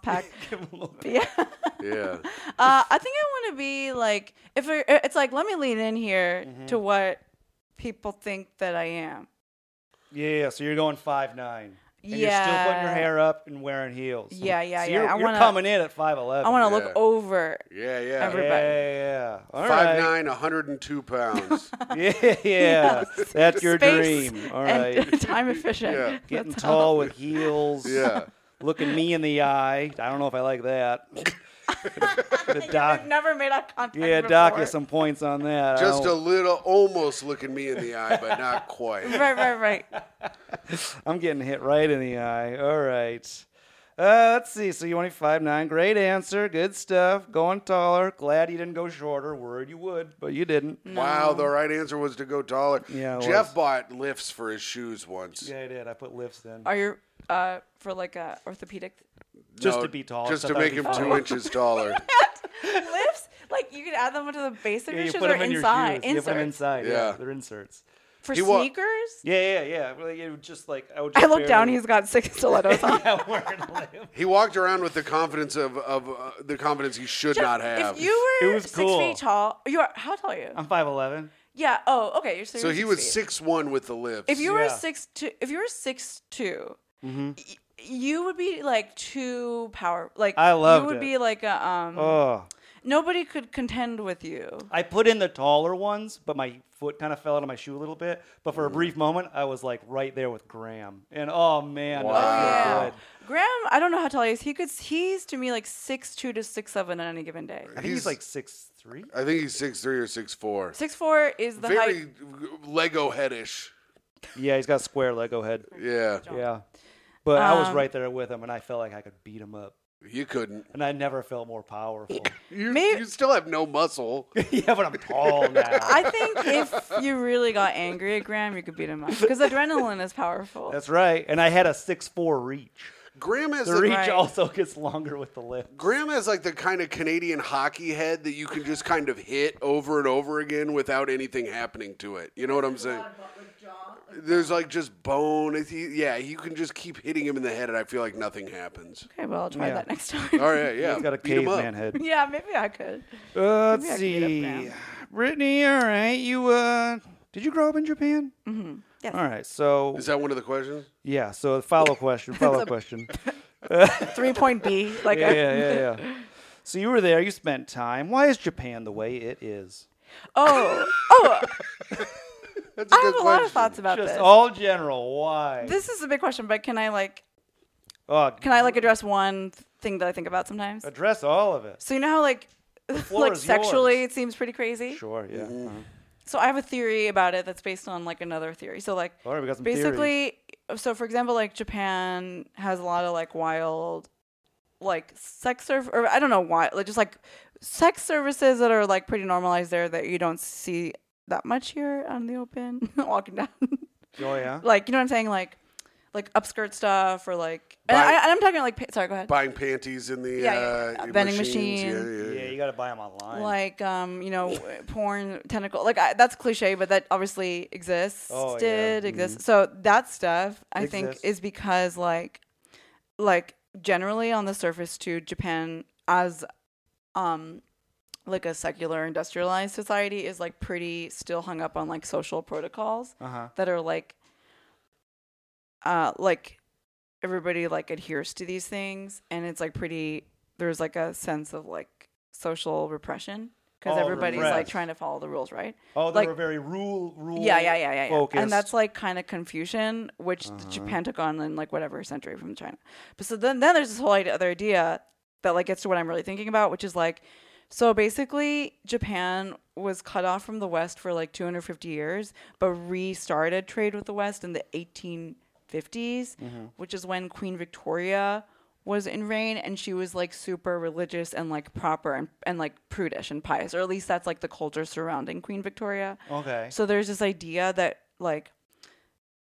Speaker 3: pack.
Speaker 1: Give him a little bit.
Speaker 3: Yeah.
Speaker 2: Yeah.
Speaker 1: Mm-hmm.
Speaker 3: Uh, I think I want to be like if I, it's like let me lean in here to what people think that I am.
Speaker 1: Yeah, so you're going five nine. And you're still putting your
Speaker 3: Yeah.
Speaker 1: hair up and wearing heels.
Speaker 3: Yeah, yeah,
Speaker 1: so
Speaker 3: yeah.
Speaker 1: You're,
Speaker 3: I
Speaker 1: you're
Speaker 3: wanna-
Speaker 1: coming in at five eleven.
Speaker 3: I want to
Speaker 2: Yeah.
Speaker 3: look over.
Speaker 2: Yeah, yeah.
Speaker 3: Every-
Speaker 1: Yeah,
Speaker 3: everybody.
Speaker 1: yeah, yeah. All
Speaker 2: Five
Speaker 1: right.
Speaker 2: nine, 102 pounds.
Speaker 1: Yeah, yeah. That's your
Speaker 3: Space
Speaker 1: dream. All right.
Speaker 3: and time efficient.
Speaker 2: Yeah.
Speaker 1: Getting
Speaker 3: That's
Speaker 1: tall with heels.
Speaker 2: yeah.
Speaker 1: Looking me in the eye. I don't know if I like that. the
Speaker 3: how-
Speaker 1: doc.
Speaker 3: I've never made eye contact.
Speaker 1: Yeah,
Speaker 3: before.
Speaker 1: doc you some points on that. I
Speaker 2: Just a
Speaker 1: don't-
Speaker 2: little, almost looking me in the eye, but not quite.
Speaker 3: Right, right, right.
Speaker 1: I'm getting hit right in the eye. All right. Uh, let's see. So you only five nine. Great answer. Good stuff. Going taller. Glad you didn't go shorter. Worried you would, but you didn't.
Speaker 3: Mm.
Speaker 2: Wow, the right answer was to go taller.
Speaker 1: Yeah, it
Speaker 2: Jeff
Speaker 1: was.
Speaker 2: bought lifts for his shoes once.
Speaker 1: Yeah, I did. I put lifts in.
Speaker 3: Are you uh, for like a orthopedic
Speaker 1: Just to be taller,
Speaker 2: Just
Speaker 1: so
Speaker 2: to
Speaker 1: that would
Speaker 2: make
Speaker 1: be
Speaker 2: him
Speaker 1: funny.
Speaker 2: two inches taller.
Speaker 3: lifts? Like you could add them into the base of
Speaker 1: Yeah,
Speaker 3: your
Speaker 1: you
Speaker 3: shoes
Speaker 1: put
Speaker 3: or
Speaker 1: them in
Speaker 3: inside.
Speaker 1: your shoes. You put them
Speaker 3: Inserts.
Speaker 1: inside. Yeah.
Speaker 2: Yeah.
Speaker 1: they're inserts.
Speaker 3: for
Speaker 2: He wa-
Speaker 3: sneakers.
Speaker 1: Yeah, yeah, yeah. Well, it would just like I would. Just
Speaker 3: I look down.
Speaker 1: barely-
Speaker 3: He's got six stilettos on.
Speaker 1: Yeah, wearing lifts.
Speaker 2: He walked around with the confidence of, of uh, the confidence he should not have.
Speaker 3: If you were
Speaker 1: It was
Speaker 3: six
Speaker 1: cool.
Speaker 3: feet tall, you are. How tall are you?
Speaker 1: I'm five eleven.
Speaker 3: yeah. Oh, okay. You're
Speaker 2: so he was
Speaker 3: feet.
Speaker 2: six one with the lifts.
Speaker 3: If you were
Speaker 1: Yeah. Mm-hmm.
Speaker 3: six two, if you were six two, y- you would be like too power. Like
Speaker 1: I loved
Speaker 3: You would
Speaker 1: it.
Speaker 3: be like a um.
Speaker 1: Oh,
Speaker 3: Nobody could contend with you.
Speaker 1: I put in the taller ones, but my foot kind of fell out of my shoe a little bit. But for a brief moment, I was like right there with Graham, and oh man, does that feel
Speaker 3: Yeah.
Speaker 1: good.
Speaker 3: Graham, I don't know how tall he is. He could. He's to me like six two to six seven on any given day.
Speaker 1: I think he's,
Speaker 2: He's-
Speaker 1: like six three.
Speaker 2: I think he's six three or six four.
Speaker 3: Six four is the height.
Speaker 2: Very Lego headish.
Speaker 1: Yeah, he's got a square Lego head.
Speaker 2: Yeah,
Speaker 1: Yeah, but I
Speaker 3: Um,
Speaker 1: was right there with him, and I felt like I could beat him up,
Speaker 2: you couldn't.
Speaker 1: and I never felt more powerful.
Speaker 2: You,
Speaker 3: May-
Speaker 2: you still have no muscle.
Speaker 1: yeah, but I'm tall now.
Speaker 3: I think if you really got angry at Graham, you could beat him up because adrenaline is powerful.
Speaker 1: That's right, and I had a six four reach.
Speaker 2: Graham has
Speaker 1: The
Speaker 2: the-
Speaker 1: reach
Speaker 3: Right.
Speaker 1: also gets longer with the lift.
Speaker 2: Graham has like the kind of Canadian hockey head that you can just kind of hit over and over again without anything happening to it. You know what I'm saying? There's like just bone. If you- Yeah, you can just keep hitting him in the head, and I feel like nothing happens.
Speaker 3: okay, well I'll try
Speaker 1: Yeah.
Speaker 3: that next time.
Speaker 2: All right, yeah.
Speaker 1: He's got a
Speaker 2: beat him up.
Speaker 1: caveman head.
Speaker 3: yeah, maybe I could.
Speaker 1: Uh,
Speaker 3: Maybe
Speaker 1: let's
Speaker 3: I can get up
Speaker 1: see.
Speaker 3: now.
Speaker 1: Brittany, all right. You uh did you grow up in Japan? Mm-hmm.
Speaker 3: Yes.
Speaker 1: All right. So
Speaker 2: Is that one of the questions?
Speaker 1: yeah, so follow question, follow question.
Speaker 3: Three point B. Like
Speaker 1: Yeah,
Speaker 3: I-
Speaker 1: yeah, yeah, yeah. So you were there, you spent time. Why is Japan the way it is?
Speaker 3: oh oh,
Speaker 2: That's a
Speaker 3: I
Speaker 2: good
Speaker 3: have a
Speaker 2: question.
Speaker 3: lot of thoughts about
Speaker 1: Just
Speaker 3: this.
Speaker 1: all general, why?
Speaker 3: this is a big question, but can I like
Speaker 1: oh,
Speaker 3: can I like address one th- thing that I think about sometimes?
Speaker 1: address all of it.
Speaker 3: So you know how like
Speaker 1: floor
Speaker 3: like
Speaker 1: is
Speaker 3: sexually
Speaker 1: yours.
Speaker 3: it seems pretty crazy.
Speaker 1: Sure, yeah. uh-huh.
Speaker 3: So I have a theory about it that's based on like another theory. So like
Speaker 1: All right, we got Oh, some theories.
Speaker 3: basically so for example like Japan has a lot of like wild like sex serv or I don't know why like just like sex services that are like pretty normalized there that you don't see that much here out in the open walking down
Speaker 1: Oh yeah.
Speaker 3: like you know what I'm saying, like like upskirt stuff or like. And,
Speaker 2: Buy-
Speaker 3: I, and I'm talking like pa- sorry, go ahead.
Speaker 2: Buying panties in the
Speaker 3: Yeah,
Speaker 2: uh,
Speaker 3: yeah, yeah. Vending
Speaker 2: machines.
Speaker 3: machine.
Speaker 2: Yeah, yeah,
Speaker 1: Yeah,
Speaker 2: yeah.
Speaker 1: you got to buy them online.
Speaker 3: Like um, you know, porn tentacle. Like I, that's cliche, but that obviously exists.
Speaker 1: Oh, yeah.
Speaker 3: did exist. So that stuff I think
Speaker 1: Exists.
Speaker 3: is because like, like generally on the surface to Japan as, um, like a secular industrialized society is like pretty still hung up on like social protocols.
Speaker 1: uh-huh.
Speaker 3: that are like uh like everybody like adheres to these things and it's like pretty there's like a sense of like social repression because
Speaker 1: Oh,
Speaker 3: everybody's like
Speaker 1: repressed.
Speaker 3: trying to follow the rules right
Speaker 1: Oh, they
Speaker 3: like-
Speaker 1: were very rule rule
Speaker 3: yeah yeah yeah yeah, yeah.
Speaker 1: Focused.
Speaker 3: and that's like kind of confucian which th- japan took on in like whatever century from china but so then then there's this whole idea, other idea that like gets to what i'm really thinking about which is like so basically japan was cut off from the west for like 250 years but restarted trade with the west in the 1850s which is when queen victoria was in reign and she was like super religious and like proper and, and like prudish and pious or at least that's like the culture surrounding queen victoria
Speaker 1: okay.
Speaker 3: so there's this idea that like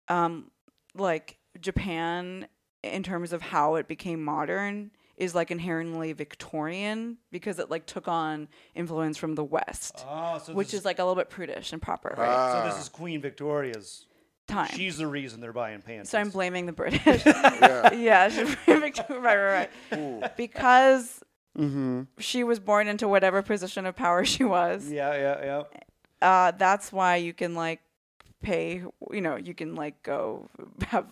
Speaker 3: um like Japan in terms of how it became modern is like inherently Victorian because it like took on influence from the West,
Speaker 1: oh, so
Speaker 3: which
Speaker 1: this Uh,
Speaker 3: is like a little bit prudish and proper right?
Speaker 1: right, so this is Queen Victoria's
Speaker 3: time.
Speaker 1: She's the reason they're buying panties.
Speaker 3: so I'm blaming the British. yeah, she's from Victoria. right, right, right. Because she was born into whatever position of power she was.
Speaker 1: yeah, yeah, yeah.
Speaker 3: uh, that's why you can like pay. You know, you can like go have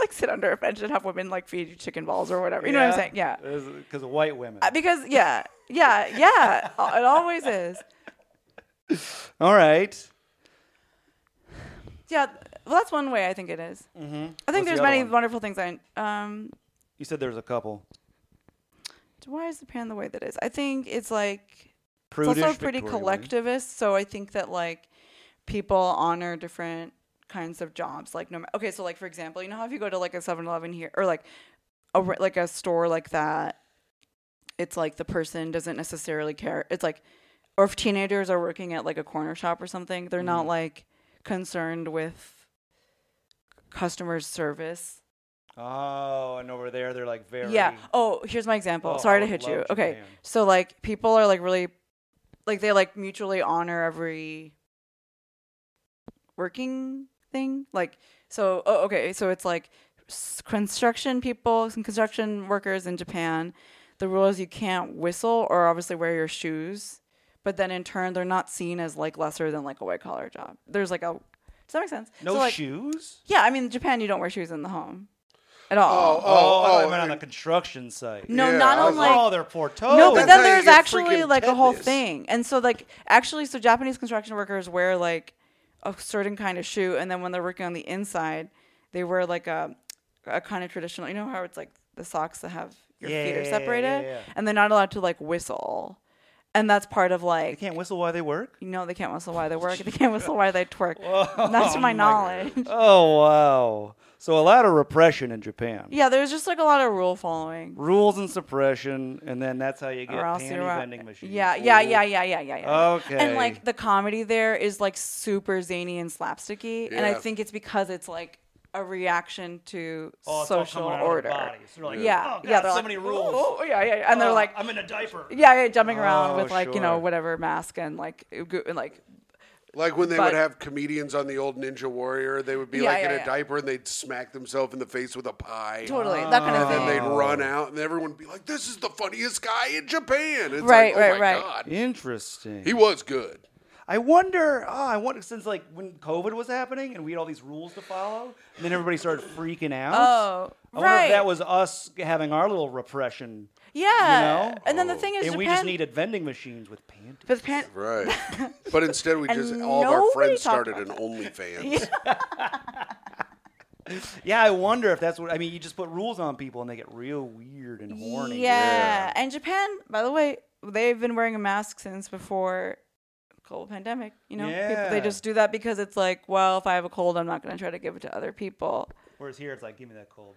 Speaker 3: like sit under a bench and have women like feed you chicken balls or whatever. You know what I'm saying? Yeah.
Speaker 1: Because of white women.
Speaker 3: Uh, Because yeah, yeah, yeah. It always is.
Speaker 1: All right.
Speaker 3: Yeah. Well, that's one way I think it is. I
Speaker 1: Mm-hmm. What's
Speaker 3: think there's
Speaker 1: the other
Speaker 3: many
Speaker 1: one?
Speaker 3: wonderful things. I um,
Speaker 1: You said there was a couple.
Speaker 3: why is Japan the way that is? I think it's like
Speaker 1: Prudish,
Speaker 3: it's also pretty
Speaker 1: Victorian women.
Speaker 3: collectivist. So I think that like people honor different kinds of jobs. Like no, ma- okay, so like for example, you know how if you go to like a 7-Eleven here or like a re- like a store like that, it's like the person doesn't necessarily care. It's like, or if teenagers are working at like a corner shop or something, they're
Speaker 1: Mm-hmm.
Speaker 3: not like concerned with customer service.
Speaker 1: Oh, and over there they're like very.
Speaker 3: Yeah. Oh, here's my example.
Speaker 1: Oh, I
Speaker 3: Sorry to
Speaker 1: would
Speaker 3: hit
Speaker 1: love
Speaker 3: you. Okay.
Speaker 1: Japan.
Speaker 3: So like people are like really like they like mutually honor every working thing. Like so oh okay, so it's like s- construction people, some construction workers in Japan, the rule is you can't whistle or obviously wear your shoes, but then in turn they're not seen as like lesser than like a white collar job. There's like a Does that make sense?
Speaker 1: No
Speaker 3: so, like,
Speaker 1: shoes.
Speaker 3: Yeah, I mean in Japan you don't wear shoes in the home at all.
Speaker 2: Oh,
Speaker 1: Oh, oh, I
Speaker 2: oh,
Speaker 1: meant on the construction site.
Speaker 3: no,
Speaker 2: yeah,
Speaker 3: not
Speaker 2: I
Speaker 3: on
Speaker 2: was
Speaker 3: like
Speaker 1: oh, they're poor toes.
Speaker 3: no, but
Speaker 2: that's
Speaker 3: then
Speaker 2: how you
Speaker 3: there's
Speaker 2: get
Speaker 3: actually
Speaker 2: freaking
Speaker 3: like a whole
Speaker 2: tetanus.
Speaker 3: thing. And so like actually so Japanese construction workers wear like a certain kind of shoe and then when they're working on the inside, they wear like a a kind of traditional you know how it's like the socks that have your
Speaker 1: Yeah,
Speaker 3: feet
Speaker 1: yeah,
Speaker 3: are
Speaker 1: yeah, yeah,
Speaker 3: separated
Speaker 1: yeah.
Speaker 3: and they're not allowed to like whistle. And that's part of like
Speaker 1: they can't whistle while they work.
Speaker 3: you know they can't whistle whihy they work, they can't whistle why they twerk. Not to my knowledge.
Speaker 1: Oh wow! So a lot of repression in Japan.
Speaker 3: yeah, there's just like a lot of rule following.
Speaker 1: Rules and suppression, and then that's how you get
Speaker 3: or else
Speaker 1: panty
Speaker 3: you're out-
Speaker 1: vending machines.
Speaker 3: Yeah, yeah,
Speaker 1: Ooh.
Speaker 3: yeah, yeah, yeah, yeah, yeah.
Speaker 1: Okay.
Speaker 3: And like the comedy there is like super zany and slapsticky, and I
Speaker 2: Yeah.
Speaker 3: think it's because it's like a reaction to
Speaker 4: Oh, it's all
Speaker 3: social
Speaker 4: coming out of the
Speaker 3: order.
Speaker 4: body. So they're like,
Speaker 3: yeah,
Speaker 4: "Oh,
Speaker 3: yeah.
Speaker 4: God,
Speaker 3: they're
Speaker 4: so
Speaker 3: like,
Speaker 4: many rules."
Speaker 3: "Oh, oh, yeah, yeah, yeah," and they're
Speaker 4: Oh,
Speaker 3: like,
Speaker 4: I'm in a diaper.
Speaker 3: yeah, yeah, jumping around
Speaker 1: Oh,
Speaker 3: with like you know
Speaker 1: sure.
Speaker 3: whatever mask and like goo- and like
Speaker 2: Like when they would
Speaker 3: But-
Speaker 2: have comedians on the old Ninja Warrior, they would be
Speaker 3: Yeah,
Speaker 2: like in
Speaker 3: yeah,
Speaker 2: a
Speaker 3: yeah.
Speaker 2: diaper and they'd smack themselves in the face with a pie.
Speaker 3: totally that kind of
Speaker 2: And then
Speaker 3: thing.
Speaker 2: they'd run out and everyone would be like, this is the funniest guy in Japan. It's
Speaker 3: Right,
Speaker 2: like, oh
Speaker 3: right,
Speaker 2: my
Speaker 3: right.
Speaker 2: God.
Speaker 1: Interesting.
Speaker 2: He was good.
Speaker 1: I wonder. Oh, I wonder since like when COVID was happening and we had all these rules to follow, and then everybody started freaking out.
Speaker 3: Oh,
Speaker 1: I wonder if
Speaker 3: right.
Speaker 1: that was us having our little repression,
Speaker 3: yeah,
Speaker 1: you know?
Speaker 3: and then the thing is,
Speaker 1: and we
Speaker 3: Japan-
Speaker 1: just needed vending machines with panties.
Speaker 3: But Japan,
Speaker 2: Right. but instead, we just,
Speaker 3: And
Speaker 2: all of our
Speaker 3: nobody
Speaker 2: friends
Speaker 3: talked
Speaker 2: started an OnlyFans.
Speaker 1: Yeah, I wonder if that's what I mean. You just put rules on people and they get real weird and horny.
Speaker 3: Yeah. And Japan, by the way, they've been wearing a mask since before cold pandemic. You know, people,
Speaker 1: Yeah.
Speaker 3: they just do that because it's like, well, if I have a cold, I'm not going to try to give it to other people.
Speaker 1: Whereas here, it's like, give me that cold.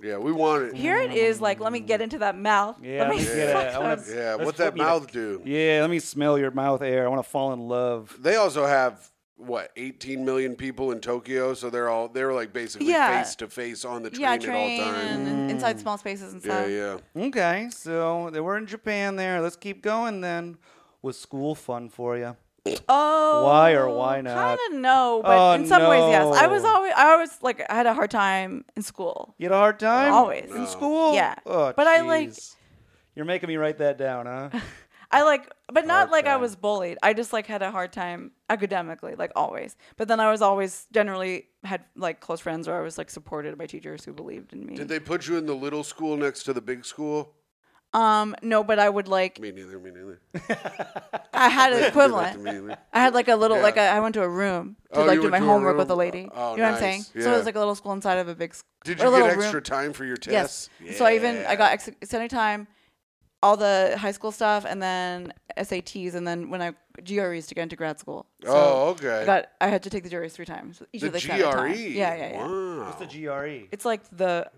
Speaker 2: Yeah, we wanted.
Speaker 3: Here it is like, let me get into that mouth.
Speaker 1: Mm-hmm. Yeah,
Speaker 3: let me
Speaker 1: let's get it.
Speaker 3: suck
Speaker 1: I wanna-
Speaker 3: those-
Speaker 2: Yeah,
Speaker 1: Let's
Speaker 2: what
Speaker 1: put
Speaker 2: that
Speaker 1: me in a-
Speaker 2: mouth do?
Speaker 1: Yeah, let me smell your mouth air. I want to fall in love.
Speaker 2: They also have what 18 million people in Tokyo, so they're all they're like basically
Speaker 3: Yeah.
Speaker 2: face to face on the train,
Speaker 3: yeah, train
Speaker 2: at all
Speaker 3: and
Speaker 2: times.
Speaker 3: inside small spaces and
Speaker 2: Yeah,
Speaker 3: stuff.
Speaker 2: yeah.
Speaker 1: Okay, so they were in Japan there. Let's keep going then with school fun for you.
Speaker 3: Oh,
Speaker 1: Why or why not?
Speaker 3: Kind of no,
Speaker 1: Oh,
Speaker 3: but in some ways, yes. I was
Speaker 1: no.
Speaker 3: always, I always like, I had a hard time in school.
Speaker 1: You had a hard time?
Speaker 3: Always.
Speaker 1: In school?
Speaker 3: Yeah.
Speaker 1: Oh,
Speaker 3: But I, like-
Speaker 1: jeez. You're making me write that down, huh?
Speaker 3: I like, but not
Speaker 1: Hard
Speaker 3: like I
Speaker 1: time.
Speaker 3: was bullied. I just like had a hard time academically, like always. But then I was always generally had like close friends, or I was like supported by teachers who believed in me.
Speaker 2: Did they put you in the little school next to the big school?
Speaker 3: um, no, but I would like
Speaker 2: Me neither. Me neither.
Speaker 3: I had an
Speaker 2: To
Speaker 3: equivalent.
Speaker 2: me neither.
Speaker 3: I had like a little
Speaker 2: Yeah.
Speaker 3: like I I went to a room to
Speaker 2: Oh,
Speaker 3: like
Speaker 2: you
Speaker 3: do
Speaker 2: went
Speaker 3: my
Speaker 2: to a
Speaker 3: homework with a
Speaker 2: room.
Speaker 3: lady.
Speaker 2: Oh,
Speaker 3: you know what I'm saying?
Speaker 2: nice.
Speaker 3: So
Speaker 2: Yeah.
Speaker 3: it was like a little school inside of a big. s-
Speaker 2: Did
Speaker 3: or a
Speaker 2: you
Speaker 3: little
Speaker 2: get extra
Speaker 3: room.
Speaker 2: time for your
Speaker 3: Yes.
Speaker 2: tests?
Speaker 3: So I even
Speaker 2: Yeah.
Speaker 3: I got ex- extended time, all the high school stuff, and then SATs, and then when I GREs to get into grad school. So
Speaker 2: Oh, okay.
Speaker 3: I got I had to take the GREs three times. Each
Speaker 2: the E.
Speaker 3: of the
Speaker 2: GRE.
Speaker 3: extended time. Yeah, yeah, yeah.
Speaker 2: Wow.
Speaker 1: What's the GRE?
Speaker 3: It's like the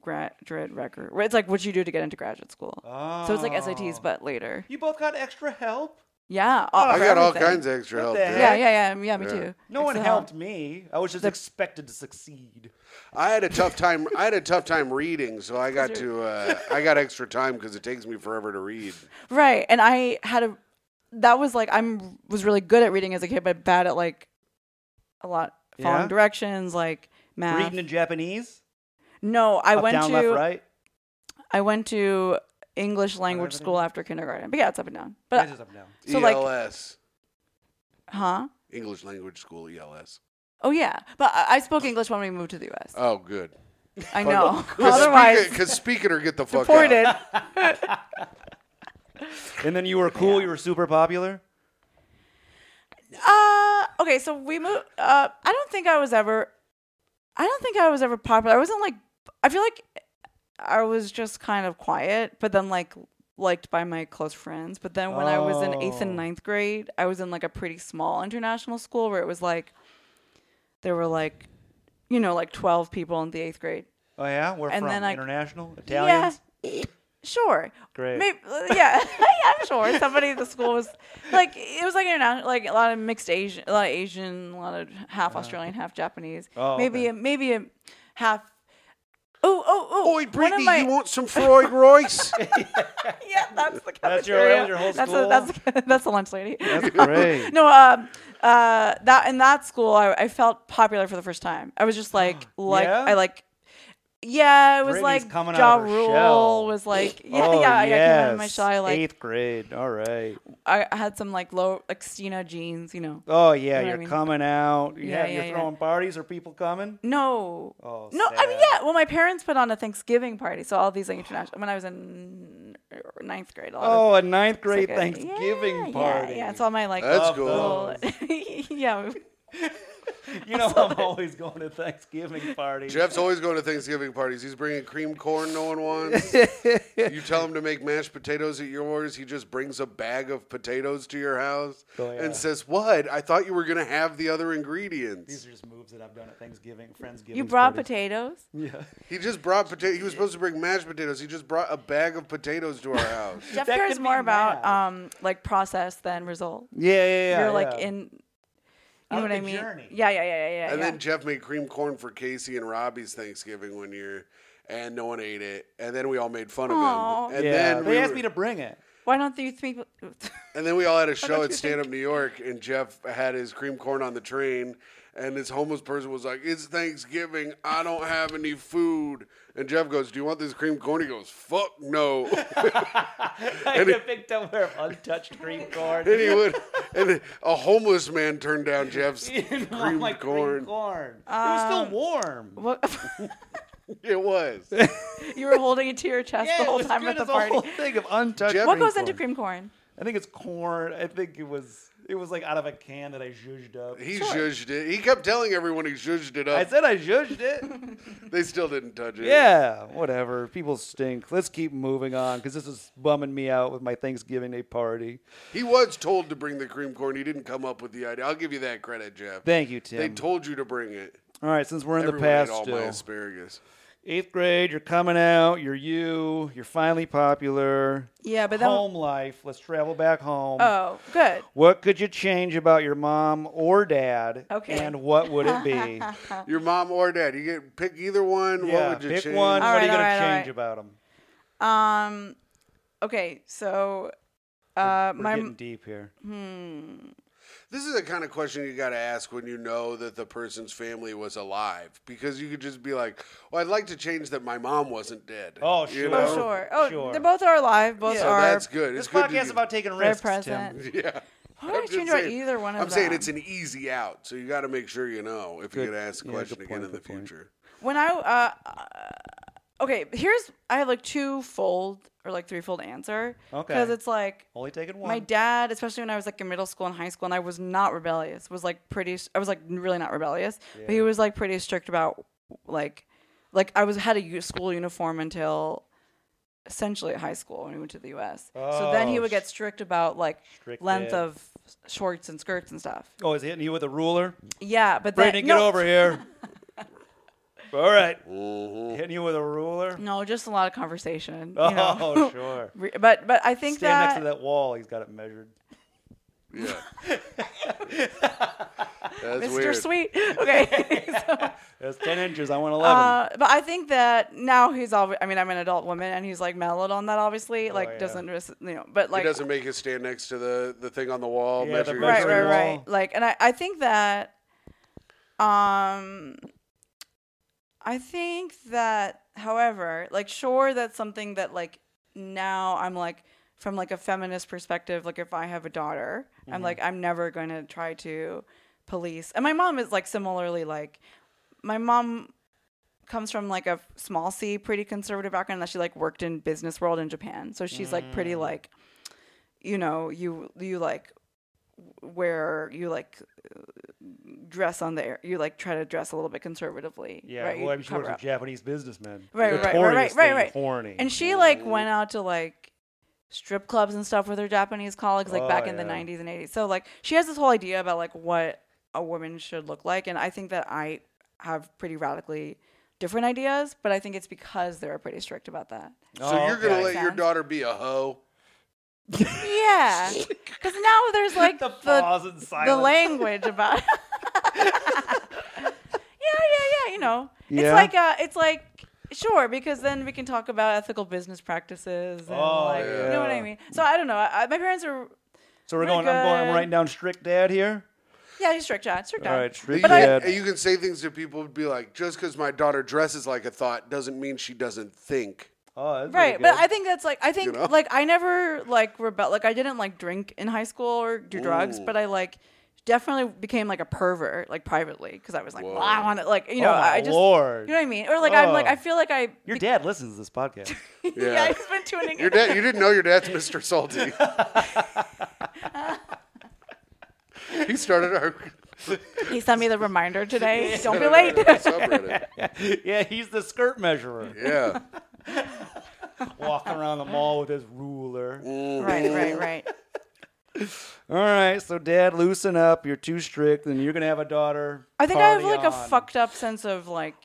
Speaker 3: graduate record. It's like what you do to get into graduate school. So it's like
Speaker 2: Ah.
Speaker 3: SATs, but later.
Speaker 1: You both got extra help?
Speaker 3: Yeah. All,
Speaker 2: I
Speaker 3: for
Speaker 2: got all
Speaker 3: everything.
Speaker 2: kinds of extra help.
Speaker 1: E. the
Speaker 2: there.
Speaker 1: heck?
Speaker 3: Yeah, yeah, yeah, yeah. Me too. uh,
Speaker 1: No one
Speaker 3: Excellent.
Speaker 1: helped me. I was just expected to succeed.
Speaker 2: I had a tough time. I had a tough time reading, so I got to. Uh, I got extra time because it takes me forever to read.
Speaker 3: Right. And I had a that was like I'm was really good at reading as a kid, but bad at like a lot following
Speaker 1: Yeah?
Speaker 3: directions, like math.
Speaker 1: Reading in Japanese?
Speaker 3: no, I
Speaker 1: Up,
Speaker 3: went
Speaker 1: down,
Speaker 3: to
Speaker 1: left, right?
Speaker 3: I went to English language
Speaker 1: everything?
Speaker 3: school after kindergarten. But yeah, it's up and down.
Speaker 1: That's
Speaker 3: But
Speaker 2: E
Speaker 1: just up, down.
Speaker 3: So, like-
Speaker 2: ELS,
Speaker 3: huh?
Speaker 2: English Language School, E ELS.
Speaker 3: Oh yeah, but I, I spoke English when we moved to the U.S.
Speaker 2: Oh, good.
Speaker 3: I know. Oh, Otherwise,
Speaker 2: because speaking or get the fuck
Speaker 3: deported.
Speaker 2: out.
Speaker 1: And then you were cool. You were super popular.
Speaker 3: Uh, okay, so we moved. Uh, I don't think I was ever. I don't think I was ever popular. I wasn't like. I feel like I was just kind of quiet, but then like liked by my close friends. But then when I was in eighth
Speaker 1: Oh.
Speaker 3: and ninth grade, I was in like a pretty small international school where it was like there were like, you know, like twelve people in the eighth grade.
Speaker 1: Oh yeah, we're
Speaker 3: And
Speaker 1: from
Speaker 3: then I-
Speaker 1: international Italians.
Speaker 3: Yeah. Sure.
Speaker 1: Great.
Speaker 3: Maybe, yeah, I'm sure somebody at the school was like it was like international, like a lot of mixed Asian, a lot of Asian, a lot of half Australian, half Japanese.
Speaker 1: Uh-huh. Oh,
Speaker 3: maybe
Speaker 1: okay.
Speaker 3: a, maybe a half. Oh oh oh!
Speaker 2: Oi,
Speaker 3: one of
Speaker 2: Brittany,
Speaker 3: my-
Speaker 2: you want some Freud Royce?
Speaker 3: Yeah, that's the cafeteria.
Speaker 1: That's your- that was your whole
Speaker 3: That's
Speaker 1: school?
Speaker 3: the, that's the, that's the lunch lady.
Speaker 1: That's great.
Speaker 3: No, um, uh, that in that school, I, I felt popular for the first time. I was just like, like
Speaker 1: Yeah?
Speaker 3: I like, yeah, it was
Speaker 1: Brittany's
Speaker 3: like
Speaker 1: coming
Speaker 3: Ja
Speaker 1: out of her
Speaker 3: Rule
Speaker 1: shell.
Speaker 3: was like, yeah,
Speaker 1: oh,
Speaker 3: yeah, yeah, I came out
Speaker 1: yes.
Speaker 3: of my shell. I like,
Speaker 1: eighth grade. All right.
Speaker 3: I I had some like low, like Stina jeans, you know.
Speaker 1: Oh yeah,
Speaker 3: You know what I
Speaker 1: you're
Speaker 3: mean?
Speaker 1: coming out. You
Speaker 3: Yeah,
Speaker 1: have-
Speaker 3: yeah,
Speaker 1: you're
Speaker 3: yeah.
Speaker 1: throwing parties. Are people coming?
Speaker 3: No.
Speaker 1: Oh,
Speaker 3: no, I mean,
Speaker 1: sad.
Speaker 3: yeah. Well, my parents put on a Thanksgiving party, so all these like international. When I was in ninth grade, a lot of-
Speaker 1: Oh, a ninth grade
Speaker 3: like a-
Speaker 1: Thanksgiving
Speaker 3: yeah,
Speaker 1: party.
Speaker 3: Yeah, yeah, it's all my like.
Speaker 1: Love
Speaker 2: That's cool.
Speaker 1: those.
Speaker 3: little- yeah.
Speaker 1: You know, I'm always going to Thanksgiving parties.
Speaker 2: Jeff's always going to Thanksgiving parties. He's bringing cream corn no one wants. you tell him to make mashed potatoes at yours. He just brings a bag of potatoes to your house
Speaker 1: Oh, yeah.
Speaker 2: and says, What? I thought you were going to have the other ingredients.
Speaker 1: These are just moves that I've done at Thanksgiving, Friendsgiving.
Speaker 3: You brought potatoes.
Speaker 1: Yeah.
Speaker 2: He just brought potato. He was supposed to bring mashed potatoes. He just brought a bag of potatoes to our house.
Speaker 3: Jeff
Speaker 1: That
Speaker 3: cares
Speaker 1: could
Speaker 3: more
Speaker 1: be
Speaker 3: about
Speaker 1: mad.
Speaker 3: um like process than result.
Speaker 1: Yeah, yeah, yeah.
Speaker 3: You're like in.
Speaker 1: Out
Speaker 3: You know what
Speaker 1: the
Speaker 3: I mean?
Speaker 1: journey.
Speaker 3: Yeah, yeah, yeah, yeah, yeah.
Speaker 2: And
Speaker 3: yeah.
Speaker 2: then Jeff made cream corn for Casey and Robbie's Thanksgiving one year, and no one ate it. And then we all made fun of
Speaker 3: Aw.
Speaker 2: him. And
Speaker 1: Yeah,
Speaker 2: then
Speaker 1: they
Speaker 2: we
Speaker 1: asked
Speaker 2: were-
Speaker 1: me to bring it.
Speaker 3: Why don't you think?
Speaker 2: And then we all had a show
Speaker 3: don't
Speaker 2: at
Speaker 3: you
Speaker 2: Stand Up New York, and Jeff had his cream corn on the train, and this homeless person was like, "It's Thanksgiving, I don't have any food." And Jeff goes, "Do you want this cream corn?" He goes, "Fuck no."
Speaker 1: I
Speaker 2: And he-
Speaker 1: picked up her untouched green card.
Speaker 2: and he would, and a homeless man turned down Jeff's cream corn.
Speaker 1: my green corn. it was
Speaker 3: Uh,
Speaker 1: still warm.
Speaker 3: What,
Speaker 2: It was.
Speaker 3: you were holding it to your chest
Speaker 1: Yeah,
Speaker 3: the
Speaker 1: it
Speaker 3: whole
Speaker 1: was
Speaker 3: time
Speaker 1: good
Speaker 3: at the
Speaker 1: as a whole
Speaker 3: party.
Speaker 1: thing of untouched.
Speaker 2: Jeff-
Speaker 3: What
Speaker 2: Green
Speaker 3: goes into cream corn?
Speaker 1: I think it's corn. I think it was. It was like out of a can that I zhuzhed up.
Speaker 2: He zhuzhed it. He kept telling everyone he zhuzhed it up.
Speaker 1: I said I zhuzhed it.
Speaker 2: they still didn't touch it.
Speaker 1: Yeah, whatever. People stink. Let's keep moving on because this is bumming me out with my Thanksgiving Day party.
Speaker 2: He was told to bring the cream corn. He didn't come up with the idea. I'll give you that credit, Jeff.
Speaker 1: Thank you,
Speaker 2: They
Speaker 1: Tim.
Speaker 2: told you to bring it.
Speaker 1: all right, since we're in
Speaker 2: Everyone
Speaker 1: the past,
Speaker 2: ate all
Speaker 1: still.
Speaker 2: my asparagus.
Speaker 1: eighth grade, you're coming out, you're you, you're finally popular.
Speaker 3: Yeah, but then-
Speaker 1: home life. Let's travel back home.
Speaker 3: Oh, good.
Speaker 1: What could you change about your mom or dad?
Speaker 3: Okay.
Speaker 1: And what would it be?
Speaker 2: Your mom or dad. You get pick either one.
Speaker 1: yeah,
Speaker 2: what would you
Speaker 1: pick
Speaker 2: change?
Speaker 1: one. what
Speaker 3: All
Speaker 1: are
Speaker 3: right,
Speaker 1: you
Speaker 3: all
Speaker 1: gonna
Speaker 3: right, all
Speaker 1: change
Speaker 3: right.
Speaker 1: about them?
Speaker 3: Um, okay, so uh,
Speaker 1: We're
Speaker 3: my
Speaker 1: getting deep here.
Speaker 2: This is the kind of question you got to ask when you know that the person's family was alive, because you could just be like, "Well, I'd like to change that my mom wasn't dead."
Speaker 1: Oh,
Speaker 2: You
Speaker 1: sure.
Speaker 2: know?
Speaker 3: oh sure oh
Speaker 1: Sure.
Speaker 3: they both are alive both
Speaker 2: So
Speaker 3: are
Speaker 2: that's good.
Speaker 1: This
Speaker 2: it's good. to
Speaker 1: podcast
Speaker 2: do-
Speaker 1: is about taking
Speaker 3: very
Speaker 1: risks, Tim.
Speaker 3: present.
Speaker 2: yeah.
Speaker 3: Why would I
Speaker 2: I'm just
Speaker 3: change about
Speaker 2: saying-
Speaker 3: either one of
Speaker 2: I'm saying
Speaker 3: them?
Speaker 2: it's an easy out, so you got to make sure you know if
Speaker 1: Good-
Speaker 2: you get asked a
Speaker 1: yeah,
Speaker 2: question
Speaker 1: good
Speaker 2: again
Speaker 1: point,
Speaker 2: in the
Speaker 1: good point.
Speaker 2: future.
Speaker 3: when I uh, uh, okay, here's I have like two fold or like threefold answer.
Speaker 1: Okay.
Speaker 3: Because it's like
Speaker 1: Only taking one.
Speaker 3: my dad, especially when I was like in middle school and high school, and I was not rebellious. Was like pretty. I was like really not rebellious, but he was like pretty strict about like like I was had a u- school uniform until essentially high school when we went to the U.S. so then he
Speaker 1: Oh,
Speaker 3: would get strict about like
Speaker 1: strict
Speaker 3: length
Speaker 1: dad.
Speaker 3: of shorts and skirts and stuff.
Speaker 1: Oh, is he hitting you with a ruler?
Speaker 3: Yeah, but then
Speaker 1: Brittany, get
Speaker 3: no,
Speaker 1: over here. All right.
Speaker 2: Mm-hmm.
Speaker 1: Hitting you with a ruler?
Speaker 3: No, just a lot of conversation. You know?
Speaker 1: Oh, sure.
Speaker 3: Re- but but I think
Speaker 1: Stand
Speaker 3: that,
Speaker 1: next to that wall. He's got it measured.
Speaker 2: Yeah. That's
Speaker 3: Mr.
Speaker 2: weird.
Speaker 3: Sweet. Okay.
Speaker 1: That's 10 inches. I want 11.
Speaker 3: uh, but I think that now he's all. I mean, I'm an adult woman, and he's like mellowed on that, obviously. Like
Speaker 1: Oh, yeah.
Speaker 3: doesn't res- you know? But
Speaker 2: He
Speaker 3: like
Speaker 2: doesn't make us stand next to the, the thing on the wall.
Speaker 1: Yeah,
Speaker 2: measure
Speaker 1: the
Speaker 2: your
Speaker 3: right, right,
Speaker 1: measuring
Speaker 3: right.
Speaker 1: wall.
Speaker 3: Like, and I I think that, um, I think that, however, like, sure, that's something that like now I'm like
Speaker 1: Mm-hmm.
Speaker 3: from like a feminist perspective. Like, if I have a daughter, I'm like I'm never going to try to police. And my mom is like similarly like my mom comes from like a small C, pretty conservative background. That she like worked in business world in Japan, so she's like
Speaker 1: Mm.
Speaker 3: pretty like, you know, you you like where you like dress on the air. You like try to dress a little bit conservatively.
Speaker 1: Yeah,
Speaker 3: right?
Speaker 1: well,
Speaker 3: You
Speaker 1: I mean, she
Speaker 3: cover
Speaker 1: works with
Speaker 3: up.
Speaker 1: Japanese businessmen.
Speaker 3: Right, right, right, right,
Speaker 1: Notoriously
Speaker 3: right, right.
Speaker 1: Horny.
Speaker 3: And she like went out to like strip clubs and stuff with her Japanese colleagues like
Speaker 1: Oh,
Speaker 3: back in the
Speaker 1: yeah.
Speaker 3: 90s and 80s. So like she has this whole idea about like what a woman should look like and I think that I have pretty radically different ideas, but I think it's because they're pretty strict about that.
Speaker 2: So you're gonna
Speaker 1: Oh, okay.
Speaker 2: let your
Speaker 3: Sense.
Speaker 2: daughter be a hoe?
Speaker 3: Yeah. Cuz now there's like
Speaker 1: the
Speaker 3: the
Speaker 1: pause
Speaker 3: the,
Speaker 1: and silence.
Speaker 3: language about Yeah, yeah, yeah, you know.
Speaker 1: Yeah.
Speaker 3: It's like uh it's like Sure, because then we can talk about ethical business practices and
Speaker 1: Oh,
Speaker 3: like you know what
Speaker 1: yeah.
Speaker 3: I mean. So I don't know. I, I- my parents are
Speaker 1: So we're
Speaker 3: we're
Speaker 1: going. I'm going. I'm
Speaker 3: good.
Speaker 1: writing down strict dad here.
Speaker 3: Yeah, he's strict John. Strict John.
Speaker 1: All right, strict
Speaker 2: you,
Speaker 3: I-
Speaker 1: dad.
Speaker 2: and you can say things to people and be like, just because my daughter dresses like a thought doesn't mean she doesn't think.
Speaker 1: oh, that's
Speaker 3: Right,
Speaker 1: pretty
Speaker 3: but
Speaker 1: good.
Speaker 3: I think that's like I think
Speaker 2: know?
Speaker 3: like I never like rebel like I didn't like drink in high school or do drugs,
Speaker 2: Ooh.
Speaker 3: but I like definitely became like a pervert like privately because I was like, well,
Speaker 2: Whoa.
Speaker 3: I want to like you know
Speaker 1: Oh, my
Speaker 3: I just
Speaker 1: Lord.
Speaker 3: you know what I mean or like I'm like
Speaker 1: Oh.
Speaker 3: I feel like I
Speaker 1: your dad listens to this podcast.
Speaker 3: yeah,
Speaker 2: Yeah.
Speaker 3: I've been tuning
Speaker 2: Your
Speaker 3: in.
Speaker 2: dad, you didn't know your dad's Mr. Salty. he started our
Speaker 3: He sent me the reminder today. Don't be late.
Speaker 2: subreddit.
Speaker 1: yeah, he's the skirt measurer,
Speaker 2: Yeah.
Speaker 1: walking around the mall with his ruler.
Speaker 3: right, right, right.
Speaker 1: All right, so dad, loosen up. You're too strict, and you're gonna have a daughter.
Speaker 3: I think I have
Speaker 1: Party
Speaker 3: like
Speaker 1: on.
Speaker 3: a fucked up sense of like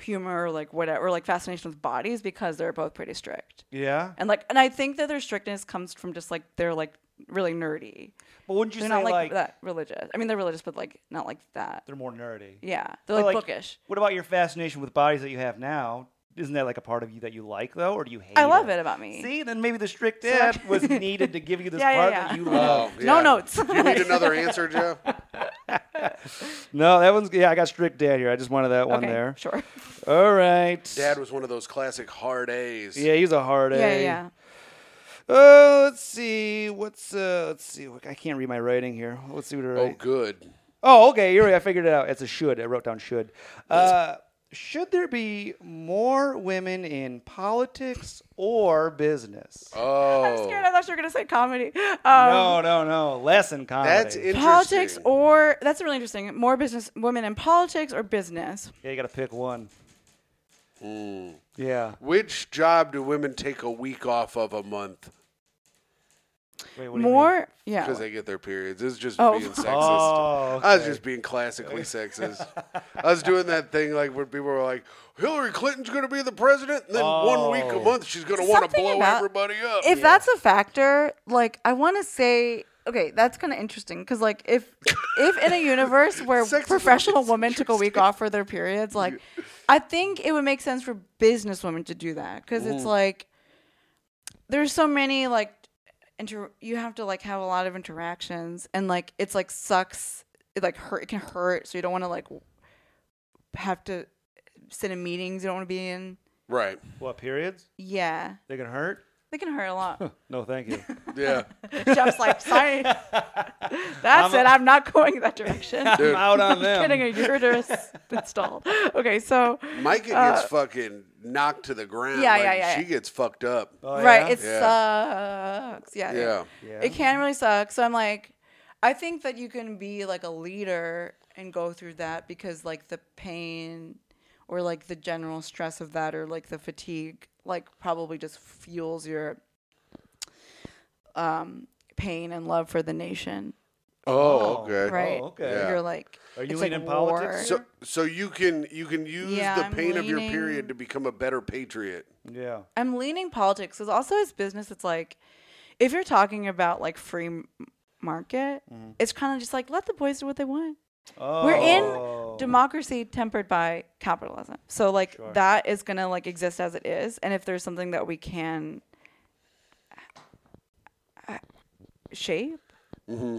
Speaker 3: humor or like whatever like fascination with bodies because they're both pretty strict.
Speaker 1: Yeah,
Speaker 3: And like, and I think that their strictness comes from just like they're like really nerdy.
Speaker 1: but wouldn't you
Speaker 3: They're
Speaker 1: say
Speaker 3: not
Speaker 1: like,
Speaker 3: like, that religious. I mean, they're religious, but like not like that.
Speaker 1: they're more nerdy?
Speaker 3: Yeah, they're
Speaker 1: But,
Speaker 3: like, bookish.
Speaker 1: What about your fascination with bodies that you have now? Isn't that like a part of you that you like though, or do you hate?
Speaker 3: I love it about me.
Speaker 1: See, then maybe the strict dad was needed to give you this
Speaker 3: Yeah, yeah,
Speaker 1: part
Speaker 3: yeah.
Speaker 1: that you
Speaker 2: Oh,
Speaker 1: love.
Speaker 2: yeah.
Speaker 3: No notes.
Speaker 2: You need another answer, Jeff?
Speaker 1: No, that one's yeah. I got strict dad here. I just wanted that one
Speaker 3: okay,
Speaker 1: there.
Speaker 3: sure.
Speaker 1: All right,
Speaker 2: Dad was one of those classic hard A's.
Speaker 1: Yeah, he's a hard A.
Speaker 3: Yeah, yeah, yeah.
Speaker 1: Oh, let's see. What's uh? Let's see. I can't read my writing here. Let's see what I
Speaker 2: Oh,
Speaker 1: write.
Speaker 2: good.
Speaker 1: Oh, okay. You're right. I figured it out. It's a should. I wrote down should. Uh, should there be more women in politics or business?
Speaker 2: Oh.
Speaker 3: I'm scared. I thought you were gonna say comedy. Um,
Speaker 1: no, no, no. Less in comedy.
Speaker 2: That's interesting.
Speaker 3: Politics or that's really interesting. More business women in politics or business.
Speaker 1: Yeah, you got to pick one. Yeah.
Speaker 2: Hmm. Which job do women take a week off of a month
Speaker 1: Wait, what do you mean?
Speaker 3: More, yeah.
Speaker 2: because they get their periods? It's just
Speaker 3: Oh.
Speaker 2: being sexist.
Speaker 1: Oh,
Speaker 2: I was
Speaker 1: okay.
Speaker 2: just being classically sexist. I was doing that thing like where people were like, "Hillary Clinton's going to be the president, and then one week a
Speaker 1: Oh.
Speaker 2: month she's going to want to
Speaker 3: Something
Speaker 2: blow
Speaker 3: about-
Speaker 2: everybody up."
Speaker 3: if that's a factor, like I want to say, okay, that's kind of interesting because like if if in a universe where
Speaker 2: Sex is
Speaker 3: professional
Speaker 2: always
Speaker 3: women took a week off for their periods, like I think it would make sense for business women to do that because it's like there's so many like inter you have to like have a lot of interactions and like it's like sucks it like hurt it can hurt so you don't want to like w- have to sit in meetings you don't want to be in
Speaker 2: right,
Speaker 1: What, periods?
Speaker 3: yeah
Speaker 1: They can hurt?
Speaker 3: they can hurt a lot
Speaker 1: No, thank you.
Speaker 2: yeah,
Speaker 3: Jeff's like, sorry. That's it. I'm not going that direction.
Speaker 1: I'm out on
Speaker 3: Getting
Speaker 1: them.
Speaker 3: a uterus installed. Okay, so
Speaker 2: Micah gets fucking knocked to the ground.
Speaker 3: Uh, yeah,
Speaker 2: like,
Speaker 3: yeah, yeah.
Speaker 2: She gets fucked up.
Speaker 1: Oh,
Speaker 3: right,
Speaker 1: yeah?
Speaker 3: it
Speaker 2: Yeah.
Speaker 3: sucks. Yeah,
Speaker 2: yeah,
Speaker 1: Yeah.
Speaker 3: It can really suck. So I'm like, I think that you can be like a leader and go through that because like the pain or like the general stress of that or like the fatigue like probably just fuels your um pain and love for the nation.
Speaker 2: Oh, okay.
Speaker 3: Right.
Speaker 1: Oh, okay.
Speaker 2: Yeah.
Speaker 3: You're like
Speaker 1: Are you
Speaker 3: it's like
Speaker 1: leaning politics?
Speaker 2: So, so you can you can use
Speaker 3: Yeah,
Speaker 2: the
Speaker 3: I'm
Speaker 2: pain of your
Speaker 3: leaning-
Speaker 2: period to become a better patriot.
Speaker 1: Yeah.
Speaker 3: I'm leaning politics because also as business, it's like if you're talking about like free m- market,
Speaker 1: Mm-hmm.
Speaker 3: it's kind of just like let the boys do what they want.
Speaker 1: Oh.
Speaker 3: We're in democracy tempered by capitalism, so like that is gonna like exist as it is, and if there's something that we can uh, shape,
Speaker 2: Mm-hmm.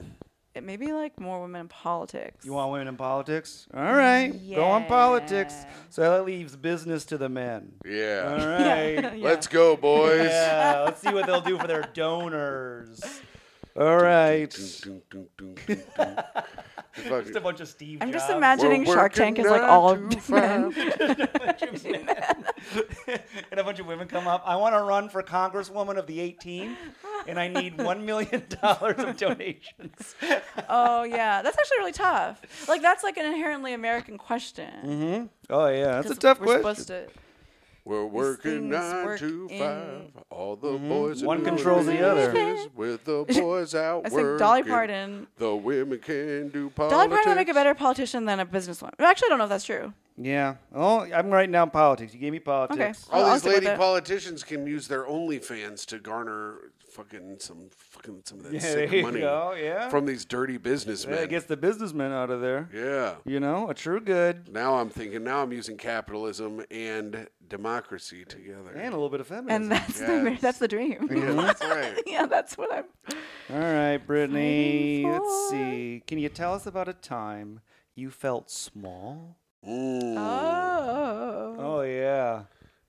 Speaker 3: it may be like more women in politics.
Speaker 1: You want women in politics? All right. Go on politics.
Speaker 3: Mm, Yeah.
Speaker 1: So that leaves business to the men.
Speaker 2: Yeah.
Speaker 1: All right.
Speaker 3: Yeah.
Speaker 2: Let's go, boys.
Speaker 1: Yeah, let's see what they'll do for their donors. All right.
Speaker 2: Fucking-
Speaker 4: Just a bunch of Steve
Speaker 3: I'm just
Speaker 4: Jobs.
Speaker 3: imagining
Speaker 2: We're
Speaker 3: Shark Tank is
Speaker 2: working
Speaker 3: like all
Speaker 2: nine
Speaker 3: of
Speaker 2: to
Speaker 3: men.
Speaker 4: and a bunch of women come up. I want to run for Congresswoman of the 18, and I need one million dollars of donations.
Speaker 3: Oh yeah, that's actually really tough. Like that's like an inherently American question.
Speaker 1: Oh yeah, that's a
Speaker 3: 'Cause
Speaker 1: tough
Speaker 3: we're
Speaker 1: question.
Speaker 3: Supposed to,
Speaker 2: We're working
Speaker 3: things
Speaker 2: nine
Speaker 3: work
Speaker 2: to
Speaker 3: in-
Speaker 2: five. All the boys.
Speaker 1: Mm-hmm. One
Speaker 2: and
Speaker 1: controls the other.
Speaker 2: business With the boys out
Speaker 3: I
Speaker 2: working.
Speaker 3: think Dolly Parton.
Speaker 2: The women can do politics.
Speaker 3: Dolly Parton would make a better politician than a businesswoman. Actually, I don't know if that's true.
Speaker 1: Yeah. Oh, I'm writing down politics. You gave me politics.
Speaker 3: Okay.
Speaker 2: All
Speaker 3: I'll
Speaker 2: these
Speaker 3: stick with
Speaker 2: lady
Speaker 3: that.
Speaker 2: politicians can use their OnlyFans to garner fucking some fucking some of that
Speaker 1: Yeah,
Speaker 2: sick
Speaker 1: there you
Speaker 2: money
Speaker 1: go, yeah.
Speaker 2: from these dirty
Speaker 1: Yeah,
Speaker 2: businessmen.
Speaker 1: it gets the businessmen out of there.
Speaker 2: yeah.
Speaker 1: You know, a true good
Speaker 2: Now I'm thinking. Now I'm using capitalism and democracy together.
Speaker 1: and a little bit of feminism.
Speaker 3: and that's the
Speaker 2: Yes.
Speaker 3: that's the dream.
Speaker 2: yeah, that's right.
Speaker 3: yeah, that's what I'm.
Speaker 1: All right, Brittany. Let's
Speaker 3: for-
Speaker 1: see. Can you tell us about a time you felt small?
Speaker 2: Mm,
Speaker 3: Oh.
Speaker 1: Oh yeah,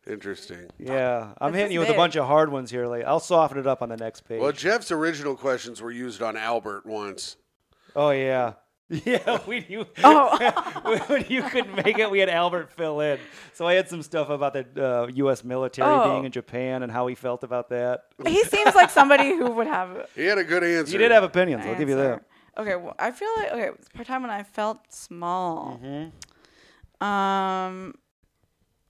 Speaker 2: Interesting.
Speaker 1: yeah. I'm
Speaker 3: This
Speaker 1: hitting
Speaker 3: is
Speaker 1: you with a
Speaker 3: big.
Speaker 1: bunch of hard ones here. Like I'll soften it up on the next page.
Speaker 2: Well, Jeff's original questions were used on Albert once.
Speaker 1: oh yeah. Yeah, when you
Speaker 2: Oh.
Speaker 3: Oh.
Speaker 1: when you couldn't make it, we had Albert fill in. So I had some stuff about the uh, U.S. military
Speaker 3: Oh.
Speaker 1: being in Japan and how he felt about that.
Speaker 3: he seems like somebody who would have.
Speaker 2: He had a good answer.
Speaker 1: You did have opinions. I'll
Speaker 3: answer.
Speaker 1: give you that.
Speaker 3: Okay, well, I feel like okay, it's part time when I felt small. Um.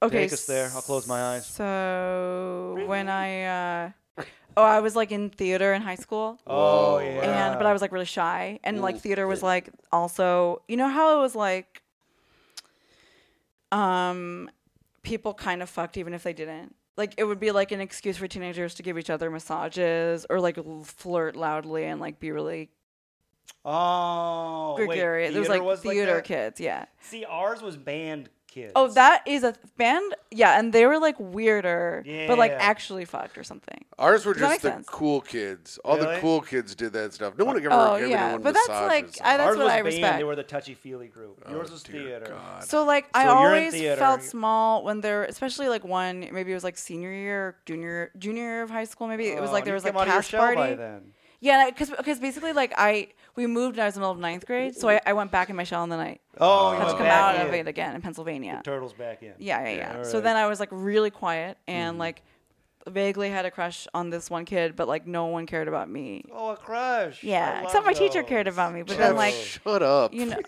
Speaker 3: Okay.
Speaker 1: Mm-hmm. Take us there. I'll close my eyes.
Speaker 3: So when I, uh, oh, I was like in theater in high school.
Speaker 1: Oh yeah.
Speaker 3: and but I was like really shy, and like theater was like also you know how it was like, um, people kind of fucked even if they didn't. Like it would be like an excuse for teenagers to give each other massages or like l- flirt loudly and like be really
Speaker 4: Oh, wait,
Speaker 3: gregarious. There was
Speaker 4: theater
Speaker 3: like
Speaker 4: was like
Speaker 3: theater
Speaker 4: that?
Speaker 3: kids, yeah.
Speaker 4: See, ours was band kids.
Speaker 3: Oh, that is a th- band, yeah, and they were like weirder, but like
Speaker 4: Yeah.
Speaker 3: actually fucked or something.
Speaker 2: Ours were
Speaker 3: Does that
Speaker 2: just
Speaker 3: make
Speaker 2: the
Speaker 3: sense?
Speaker 2: cool kids. All the
Speaker 4: Really?
Speaker 2: cool kids did that stuff. No one ever
Speaker 3: Oh,
Speaker 2: gave
Speaker 3: yeah,
Speaker 2: anyone
Speaker 3: but that's,
Speaker 2: massages. Oh,
Speaker 3: like, I- that's
Speaker 4: ours
Speaker 3: what
Speaker 4: was
Speaker 3: I
Speaker 4: band.
Speaker 3: respect.
Speaker 4: They were the touchy feely group. Yours was theater.
Speaker 2: God.
Speaker 3: So like I
Speaker 4: So you're in
Speaker 3: always
Speaker 4: theater.
Speaker 3: felt small when there, especially like one maybe it was like senior year, junior junior year of high school. Maybe it was
Speaker 1: Oh,
Speaker 3: like there
Speaker 1: you
Speaker 3: was like
Speaker 1: came out of your
Speaker 3: cast
Speaker 1: shell by
Speaker 3: party.
Speaker 1: then.
Speaker 3: Yeah, because because basically like I we moved and I was in the middle of ninth grade, so I, I went back in my shell and then I
Speaker 1: Oh, you
Speaker 3: had to
Speaker 1: went
Speaker 3: come
Speaker 1: back
Speaker 3: out
Speaker 1: in.
Speaker 3: of it again in Pennsylvania.
Speaker 4: Turtles back in.
Speaker 3: Yeah, yeah, yeah.
Speaker 1: all
Speaker 3: So
Speaker 1: right. Mm-hmm.
Speaker 3: then I was like really quiet and like vaguely had a crush on this one kid, but like no one cared about me.
Speaker 1: Oh, a crush. I
Speaker 3: Yeah,
Speaker 1: love
Speaker 3: except my teacher
Speaker 1: those.
Speaker 3: cared about me, but
Speaker 2: Jeff,
Speaker 3: then like
Speaker 2: shut up.
Speaker 3: you know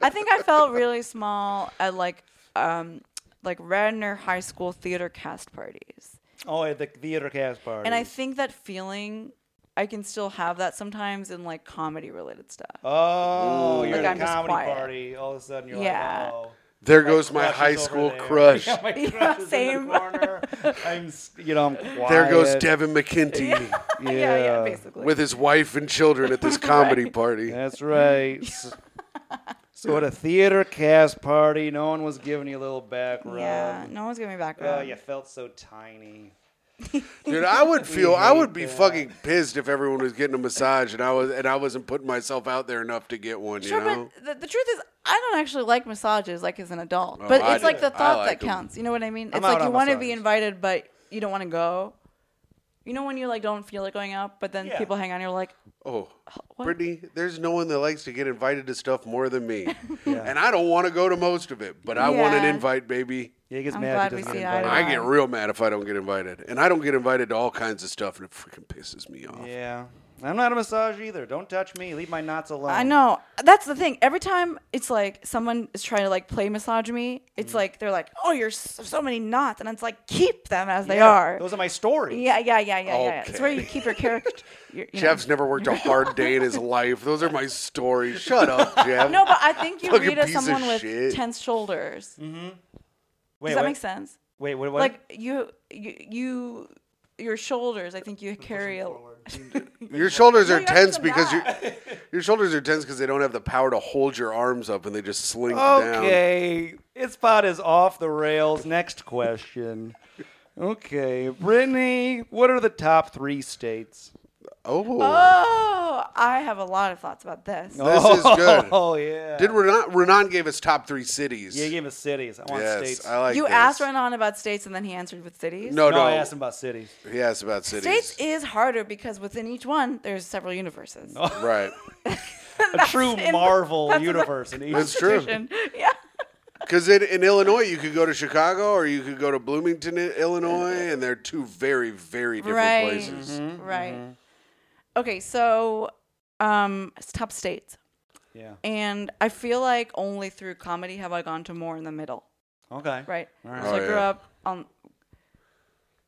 Speaker 3: i think i felt really small at like um like radnor high school theater cast parties
Speaker 1: Oh, at the theater cast party.
Speaker 3: and i think that feeling i can still have that sometimes in like comedy related stuff
Speaker 1: Oh, you're
Speaker 3: Like,
Speaker 1: at
Speaker 3: I'm
Speaker 1: a
Speaker 3: just
Speaker 1: comedy
Speaker 3: quiet.
Speaker 1: party. All of a sudden, you're
Speaker 3: Yeah.
Speaker 1: like, oh.
Speaker 2: there goes
Speaker 4: crush
Speaker 2: my
Speaker 4: is
Speaker 2: high
Speaker 4: over
Speaker 2: school
Speaker 4: there.
Speaker 2: crush.
Speaker 4: Yeah, my
Speaker 3: Yeah,
Speaker 4: crush is in
Speaker 3: same.
Speaker 4: the corner. I'm, s-
Speaker 1: You know, I'm quiet.
Speaker 2: There goes Devin McKinty
Speaker 1: Yeah,
Speaker 3: yeah yeah, basically
Speaker 2: with his wife and children at this comedy party.
Speaker 1: That's right. S- so at a theater cast party, no one was giving you a little back rub.
Speaker 3: yeah no one's giving me back
Speaker 1: Oh,
Speaker 3: rub.
Speaker 1: you felt so tiny.
Speaker 2: Dude, I would feel I would be
Speaker 1: hate that.
Speaker 2: fucking pissed if everyone was getting a massage and I was and I wasn't putting myself out there enough to get one,
Speaker 3: sure
Speaker 2: you know?
Speaker 3: but the, the truth is i don't actually like massages like as an adult but
Speaker 2: I
Speaker 3: it's
Speaker 2: do.
Speaker 3: like the
Speaker 2: I
Speaker 3: thought
Speaker 2: like
Speaker 3: that
Speaker 2: 'em.
Speaker 3: counts you know what i mean it's
Speaker 1: out
Speaker 3: like
Speaker 1: on
Speaker 3: you want to be
Speaker 1: massages.
Speaker 3: invited but you don't want to go you know when you like don't feel like going out but then
Speaker 4: Yeah.
Speaker 3: people hang on you're like
Speaker 2: Oh.
Speaker 3: Uh, what?
Speaker 2: Brittany, there's no one that likes to get invited to stuff more than me. And I don't want to go to most of it, but I want an
Speaker 3: Yeah.
Speaker 2: invite, baby.
Speaker 1: Yeah, he gets
Speaker 3: I'm
Speaker 1: mad
Speaker 3: glad
Speaker 1: he
Speaker 3: we
Speaker 1: doesn't
Speaker 3: see
Speaker 1: invite
Speaker 3: eye to
Speaker 1: you.
Speaker 2: I get real mad if I don't get invited. And I don't get invited to all kinds of stuff and it freaking pisses me off.
Speaker 1: Yeah. I'm not a massage either. Don't touch me. Leave my knots alone.
Speaker 3: I know. That's the thing. Every time it's like someone is trying to like play misogyny, it's
Speaker 2: Mm-hmm.
Speaker 3: like they're like, "Oh, you're so, so many knots," and it's like, "Keep them as they
Speaker 1: Yeah,
Speaker 3: are."
Speaker 1: Those are my stories.
Speaker 3: yeah, yeah, yeah, yeah, yeah, yeah. It's where you
Speaker 2: Okay.
Speaker 3: keep your character. your- you know.
Speaker 2: Jeff's never worked a hard day in his life. Those are my stories. Shut up, Jeff.
Speaker 3: No, but I think you
Speaker 2: Fucking
Speaker 3: read as
Speaker 2: piece of
Speaker 3: someone with
Speaker 2: shit.
Speaker 3: tense shoulders.
Speaker 1: Mm-hmm. Wait,
Speaker 3: Does that
Speaker 1: what?
Speaker 3: make sense?
Speaker 1: Wait, what? what?
Speaker 3: Like you, you, you, your shoulders. I think you carry a.
Speaker 2: your shoulders
Speaker 3: No,
Speaker 2: are
Speaker 3: you have
Speaker 2: tense
Speaker 3: to
Speaker 2: because your
Speaker 3: laugh.
Speaker 2: your shoulders are tense because they don't have the power to hold your arms up and they just slink down.
Speaker 1: Okay, it's about as off the rails. Next question. Okay, Brittany, what are the top three states?
Speaker 2: Oh.
Speaker 3: Oh, I have a lot of thoughts about this.
Speaker 2: This is good.
Speaker 1: Oh yeah.
Speaker 2: Did Renan, Renan gave us top three cities.
Speaker 1: yeah, you gave us cities. I want
Speaker 2: yes,
Speaker 1: states.
Speaker 2: I like
Speaker 3: you
Speaker 2: this.
Speaker 3: asked Renan about states, and then he answered with cities.
Speaker 2: Oh, No, no,
Speaker 1: no, I asked him about cities.
Speaker 2: He asked about cities.
Speaker 3: States is harder because within each one there's several universes.
Speaker 2: Right.
Speaker 1: A true
Speaker 3: in the-
Speaker 1: Marvel
Speaker 3: that's in the-
Speaker 1: universe in each.
Speaker 2: That's true.
Speaker 3: Vision. Yeah.
Speaker 2: Because in, in Illinois, you could go to Chicago or you could go to Bloomington, I- Illinois, and they're two very, very different
Speaker 3: Right. Mm-hmm.
Speaker 2: places.
Speaker 3: Right. Okay, so um it's top states.
Speaker 1: Yeah.
Speaker 3: And I feel like only through comedy have I gone to more in the middle.
Speaker 1: Okay.
Speaker 3: Right.
Speaker 1: Alright.
Speaker 3: So
Speaker 2: Oh,
Speaker 3: I grew
Speaker 2: yeah.
Speaker 3: up on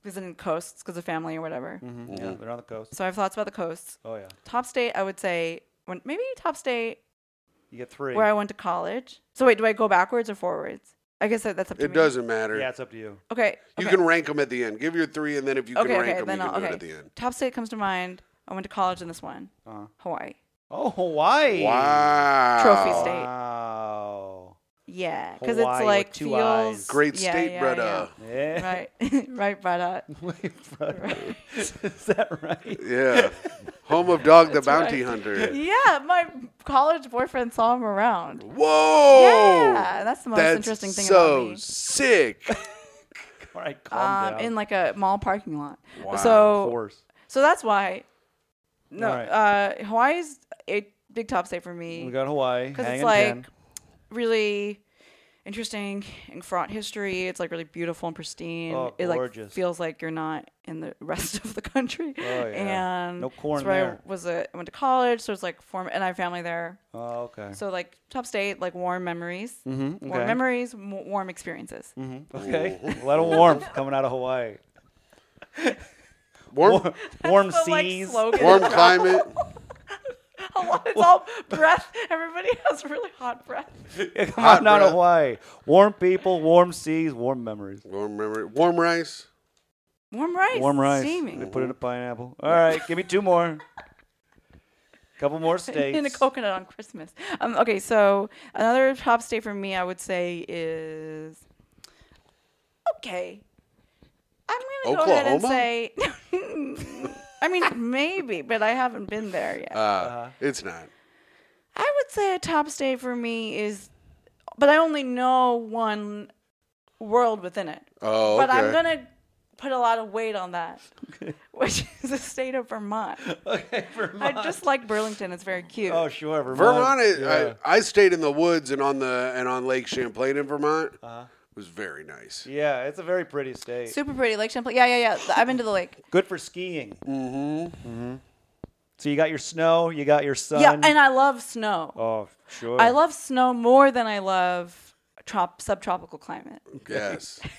Speaker 3: visiting coasts because of family or whatever.
Speaker 1: Mhm.
Speaker 2: Mm-hmm.
Speaker 1: Yeah, they're on the coast.
Speaker 3: So I have thoughts about the coasts.
Speaker 1: Oh yeah.
Speaker 3: Top state, I would say, when, maybe top state
Speaker 1: You get three.
Speaker 3: where I went to college. So wait, do I go backwards or forwards? I guess that, that's up to
Speaker 2: It
Speaker 3: me.
Speaker 2: doesn't matter.
Speaker 1: yeah, it's up to you.
Speaker 3: Okay.
Speaker 2: You
Speaker 3: okay.
Speaker 2: can rank them at the end. Give your three, and then if you can
Speaker 3: okay,
Speaker 2: rank
Speaker 3: okay,
Speaker 2: them,
Speaker 3: then
Speaker 2: you
Speaker 3: I'll,
Speaker 2: can do
Speaker 3: okay.
Speaker 2: it at the end.
Speaker 3: Top state comes to mind. I went to college in this one,
Speaker 1: Uh-huh.
Speaker 3: Hawaii.
Speaker 1: Oh, Hawaii.
Speaker 2: Wow.
Speaker 3: Trophy state.
Speaker 1: Wow.
Speaker 3: Yeah, because it's
Speaker 1: Hawaii with
Speaker 3: like
Speaker 1: two
Speaker 3: feels
Speaker 1: eyes.
Speaker 2: Great
Speaker 3: yeah,
Speaker 2: state,
Speaker 3: yeah,
Speaker 2: brother.
Speaker 3: yeah.
Speaker 1: Yeah.
Speaker 3: Right, right, brother.
Speaker 1: Wait, brother. Is that right?
Speaker 2: Yeah. Home of Dog the Bounty
Speaker 3: right.
Speaker 2: Hunter.
Speaker 3: Yeah, my college boyfriend saw him around.
Speaker 2: Whoa.
Speaker 3: Yeah, that's the most interesting thing
Speaker 2: so
Speaker 3: about me.
Speaker 2: sick.
Speaker 1: All right, calm
Speaker 3: Um,
Speaker 1: down.
Speaker 3: in like a mall parking lot.
Speaker 2: Wow.
Speaker 1: of
Speaker 3: So,
Speaker 1: course.
Speaker 3: so that's why. No,
Speaker 1: All right.
Speaker 3: uh, Hawaii's a big top state for me.
Speaker 1: We got Hawaii.
Speaker 3: because
Speaker 1: hanging
Speaker 3: it's like
Speaker 1: 10.
Speaker 3: really interesting and fraught history. It's like really beautiful and pristine.
Speaker 1: Oh,
Speaker 3: it like
Speaker 1: gorgeous.
Speaker 3: feels like you're not in the rest of the country. Oh,
Speaker 1: yeah.
Speaker 3: And
Speaker 1: No corn
Speaker 3: that's where
Speaker 1: there.
Speaker 3: I was a, I went to college, so it's like form and I have family there.
Speaker 1: Oh, okay.
Speaker 3: So like top state, like warm memories,
Speaker 1: Mhm,
Speaker 3: warm
Speaker 1: okay. Mm-hmm.
Speaker 3: memories, m- warm experiences.
Speaker 1: Okay. a lot of warmth coming out of Hawaii.
Speaker 2: Warm,
Speaker 1: Warm
Speaker 3: So, like,
Speaker 1: seas.
Speaker 3: slogan.
Speaker 2: warm climate.
Speaker 3: A lot- it's all breath. Everybody has really hot breath.
Speaker 1: Come
Speaker 2: Hot
Speaker 1: on out
Speaker 2: breath.
Speaker 1: of Hawaii. Warm people, warm seas, warm memories.
Speaker 2: Warm, memory. warm rice.
Speaker 3: Warm rice.
Speaker 1: Warm rice. They
Speaker 3: Steaming.
Speaker 1: put in a pineapple. All right, give me two more. Couple more states.
Speaker 3: in a coconut on Christmas. Um, okay, so another top state for me, I would say is okay. I'm gonna go ahead and
Speaker 2: Oklahoma?
Speaker 3: say. I mean, maybe, but I haven't been there yet.
Speaker 2: Uh, It's not.
Speaker 3: I would say a top state for me is, but I only know one world within it.
Speaker 2: Oh,
Speaker 3: But I'm
Speaker 2: okay.
Speaker 3: gonna put a lot of weight on that, which is the state of Vermont.
Speaker 1: okay,
Speaker 3: I
Speaker 1: Vermont.
Speaker 3: just like Burlington; it's very cute.
Speaker 1: oh, sure, Vermont.
Speaker 2: Vermont. is,
Speaker 1: yeah.
Speaker 2: I, I stayed in the woods and on the and on Lake Champlain in Vermont. It was very nice.
Speaker 1: yeah, it's a very pretty state.
Speaker 3: Super pretty, Lake Champlain. Yeah, yeah, yeah. Th- I've been to the lake.
Speaker 1: Good for skiing. Mm-hmm. Mm-hmm. So you got your snow, you got your sun.
Speaker 3: Yeah, and I love snow.
Speaker 1: oh, sure.
Speaker 3: I love snow more than I love trop- subtropical climate.
Speaker 2: Yes.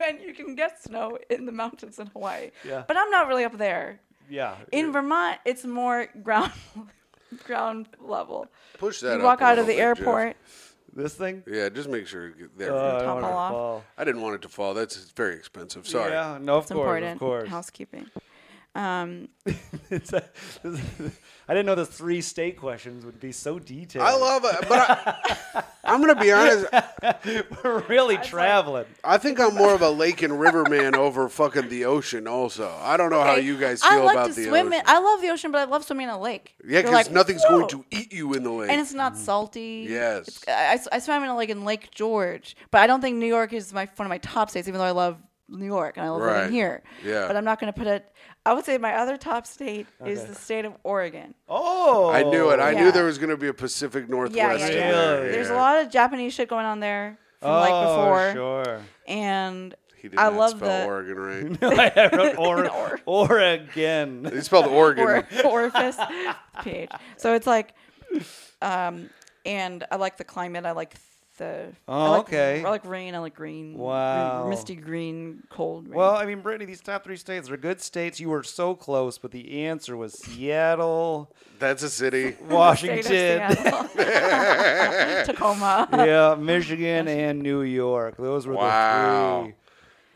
Speaker 3: And you can get snow in the mountains in Hawaii.
Speaker 1: Yeah.
Speaker 3: But I'm not really up there.
Speaker 1: Yeah.
Speaker 3: In Vermont, it's more ground ground level.
Speaker 2: Push that.
Speaker 3: you
Speaker 2: up
Speaker 3: walk
Speaker 2: a
Speaker 3: out of
Speaker 2: little
Speaker 3: the
Speaker 2: bit, Jeff.
Speaker 3: airport.
Speaker 1: this thing.
Speaker 2: Yeah, just make sure you get there.
Speaker 1: Oh, I
Speaker 3: Top
Speaker 1: wanted to
Speaker 3: off.
Speaker 1: fall.
Speaker 2: I didn't want it to fall. That's very expensive. Sorry.
Speaker 1: Yeah, no, of
Speaker 3: It's
Speaker 1: course,
Speaker 3: important.
Speaker 1: of course.
Speaker 3: Housekeeping. Um,
Speaker 1: It's a- I didn't know the three state questions would be so detailed.
Speaker 2: I love it, but I, I'm gonna be honest.
Speaker 1: We're really traveling.
Speaker 2: I think I'm more of a lake and river man over fucking the ocean. Also, I don't know how
Speaker 3: okay,
Speaker 2: you guys
Speaker 3: I
Speaker 2: feel
Speaker 3: like
Speaker 2: about
Speaker 3: to
Speaker 2: the
Speaker 3: swim
Speaker 2: ocean.
Speaker 3: In, I love the ocean, but I love swimming in a lake.
Speaker 2: yeah,
Speaker 3: You're
Speaker 2: because
Speaker 3: like,
Speaker 2: nothing's
Speaker 3: "Whoa."
Speaker 2: going to eat you in the lake.
Speaker 3: and it's not salty.
Speaker 2: Yes.
Speaker 3: It's- I, I- I swam in a lake in Lake George, but I don't think New York is my one of my top states, even though I love New York and I love
Speaker 2: Right.
Speaker 3: living here.
Speaker 2: Yeah.
Speaker 3: But I'm not going to put it. I would say my other top state is the state of Oregon.
Speaker 1: Oh,
Speaker 2: I knew it. I knew
Speaker 3: Yeah.
Speaker 2: there was going to be a Pacific Northwest.
Speaker 3: yeah, yeah,
Speaker 2: in
Speaker 3: yeah.
Speaker 2: there.
Speaker 1: Really?
Speaker 3: There's
Speaker 2: Yeah.
Speaker 3: a lot of Japanese shit going on there from like
Speaker 1: Oh,
Speaker 3: before,
Speaker 1: Sure.
Speaker 3: and
Speaker 2: He did
Speaker 3: I
Speaker 2: not
Speaker 3: love
Speaker 2: spell
Speaker 3: the
Speaker 2: Oregon right.
Speaker 1: I wrote
Speaker 3: Or.
Speaker 1: or, Oregon.
Speaker 2: he spelled Oregon.
Speaker 3: or, orifice pH. So it's like, um, and I like the climate. I like the. I
Speaker 1: Oh,
Speaker 3: like,
Speaker 1: okay.
Speaker 3: I like rain. I like green. gr-
Speaker 1: Wow.
Speaker 3: Misty green, cold rain.
Speaker 1: Well, I mean, Brittany, these top three states are good states. You were so close, but the answer was Seattle,
Speaker 2: That's a city.
Speaker 3: State of
Speaker 1: Washington,
Speaker 3: Seattle. Tacoma.
Speaker 1: yeah, Michigan, and New York. Those were
Speaker 2: Wow.
Speaker 1: the three.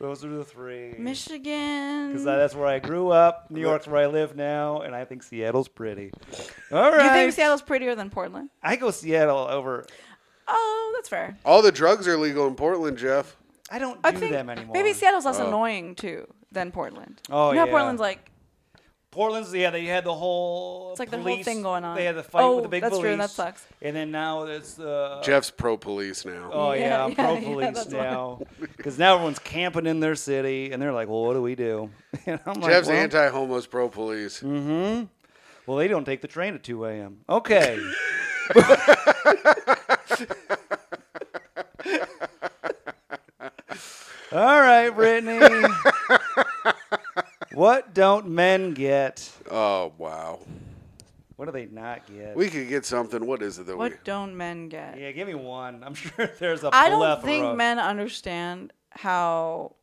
Speaker 1: Those were the three.
Speaker 3: Michigan.
Speaker 1: 'Cause that's where I grew up. New York's where I live now, and I think Seattle's pretty. All
Speaker 3: you
Speaker 1: right,
Speaker 3: think Seattle's prettier than Portland?
Speaker 1: I go Seattle over.
Speaker 3: Oh, that's fair.
Speaker 2: All the drugs are legal in Portland, Jeff.
Speaker 1: I don't do
Speaker 3: I think
Speaker 1: them anymore.
Speaker 3: maybe Seattle's less annoying too than Portland.
Speaker 1: Oh,
Speaker 3: you know how
Speaker 1: yeah.
Speaker 3: Portland's like
Speaker 4: Portland's yeah, they had the whole
Speaker 3: It's like the whole
Speaker 4: police-
Speaker 3: thing going on.
Speaker 4: They had the fight
Speaker 3: Oh,
Speaker 4: with the big
Speaker 3: that's
Speaker 4: police.
Speaker 3: true, that sucks.
Speaker 4: And then now it's the
Speaker 2: Jeff's pro police now.
Speaker 4: Oh yeah,
Speaker 3: Yeah,
Speaker 4: I'm
Speaker 3: yeah,
Speaker 4: pro
Speaker 3: yeah,
Speaker 4: police
Speaker 3: that's why.
Speaker 4: now, because now everyone's camping in their city, and they're like, "Well, what do we do?" And I'm like,
Speaker 2: Jeff's
Speaker 4: well,
Speaker 2: anti homos pro police.
Speaker 4: well, they don't take the train at 2 a.m. Okay,
Speaker 1: All right, Brittany. what don't men get?
Speaker 2: Oh wow.
Speaker 1: What do they not get?
Speaker 2: We could get something. What is it that we
Speaker 3: What don't men get?
Speaker 1: yeah, give me one. I'm sure there's a
Speaker 3: I
Speaker 1: plethora.
Speaker 3: don't think men understand how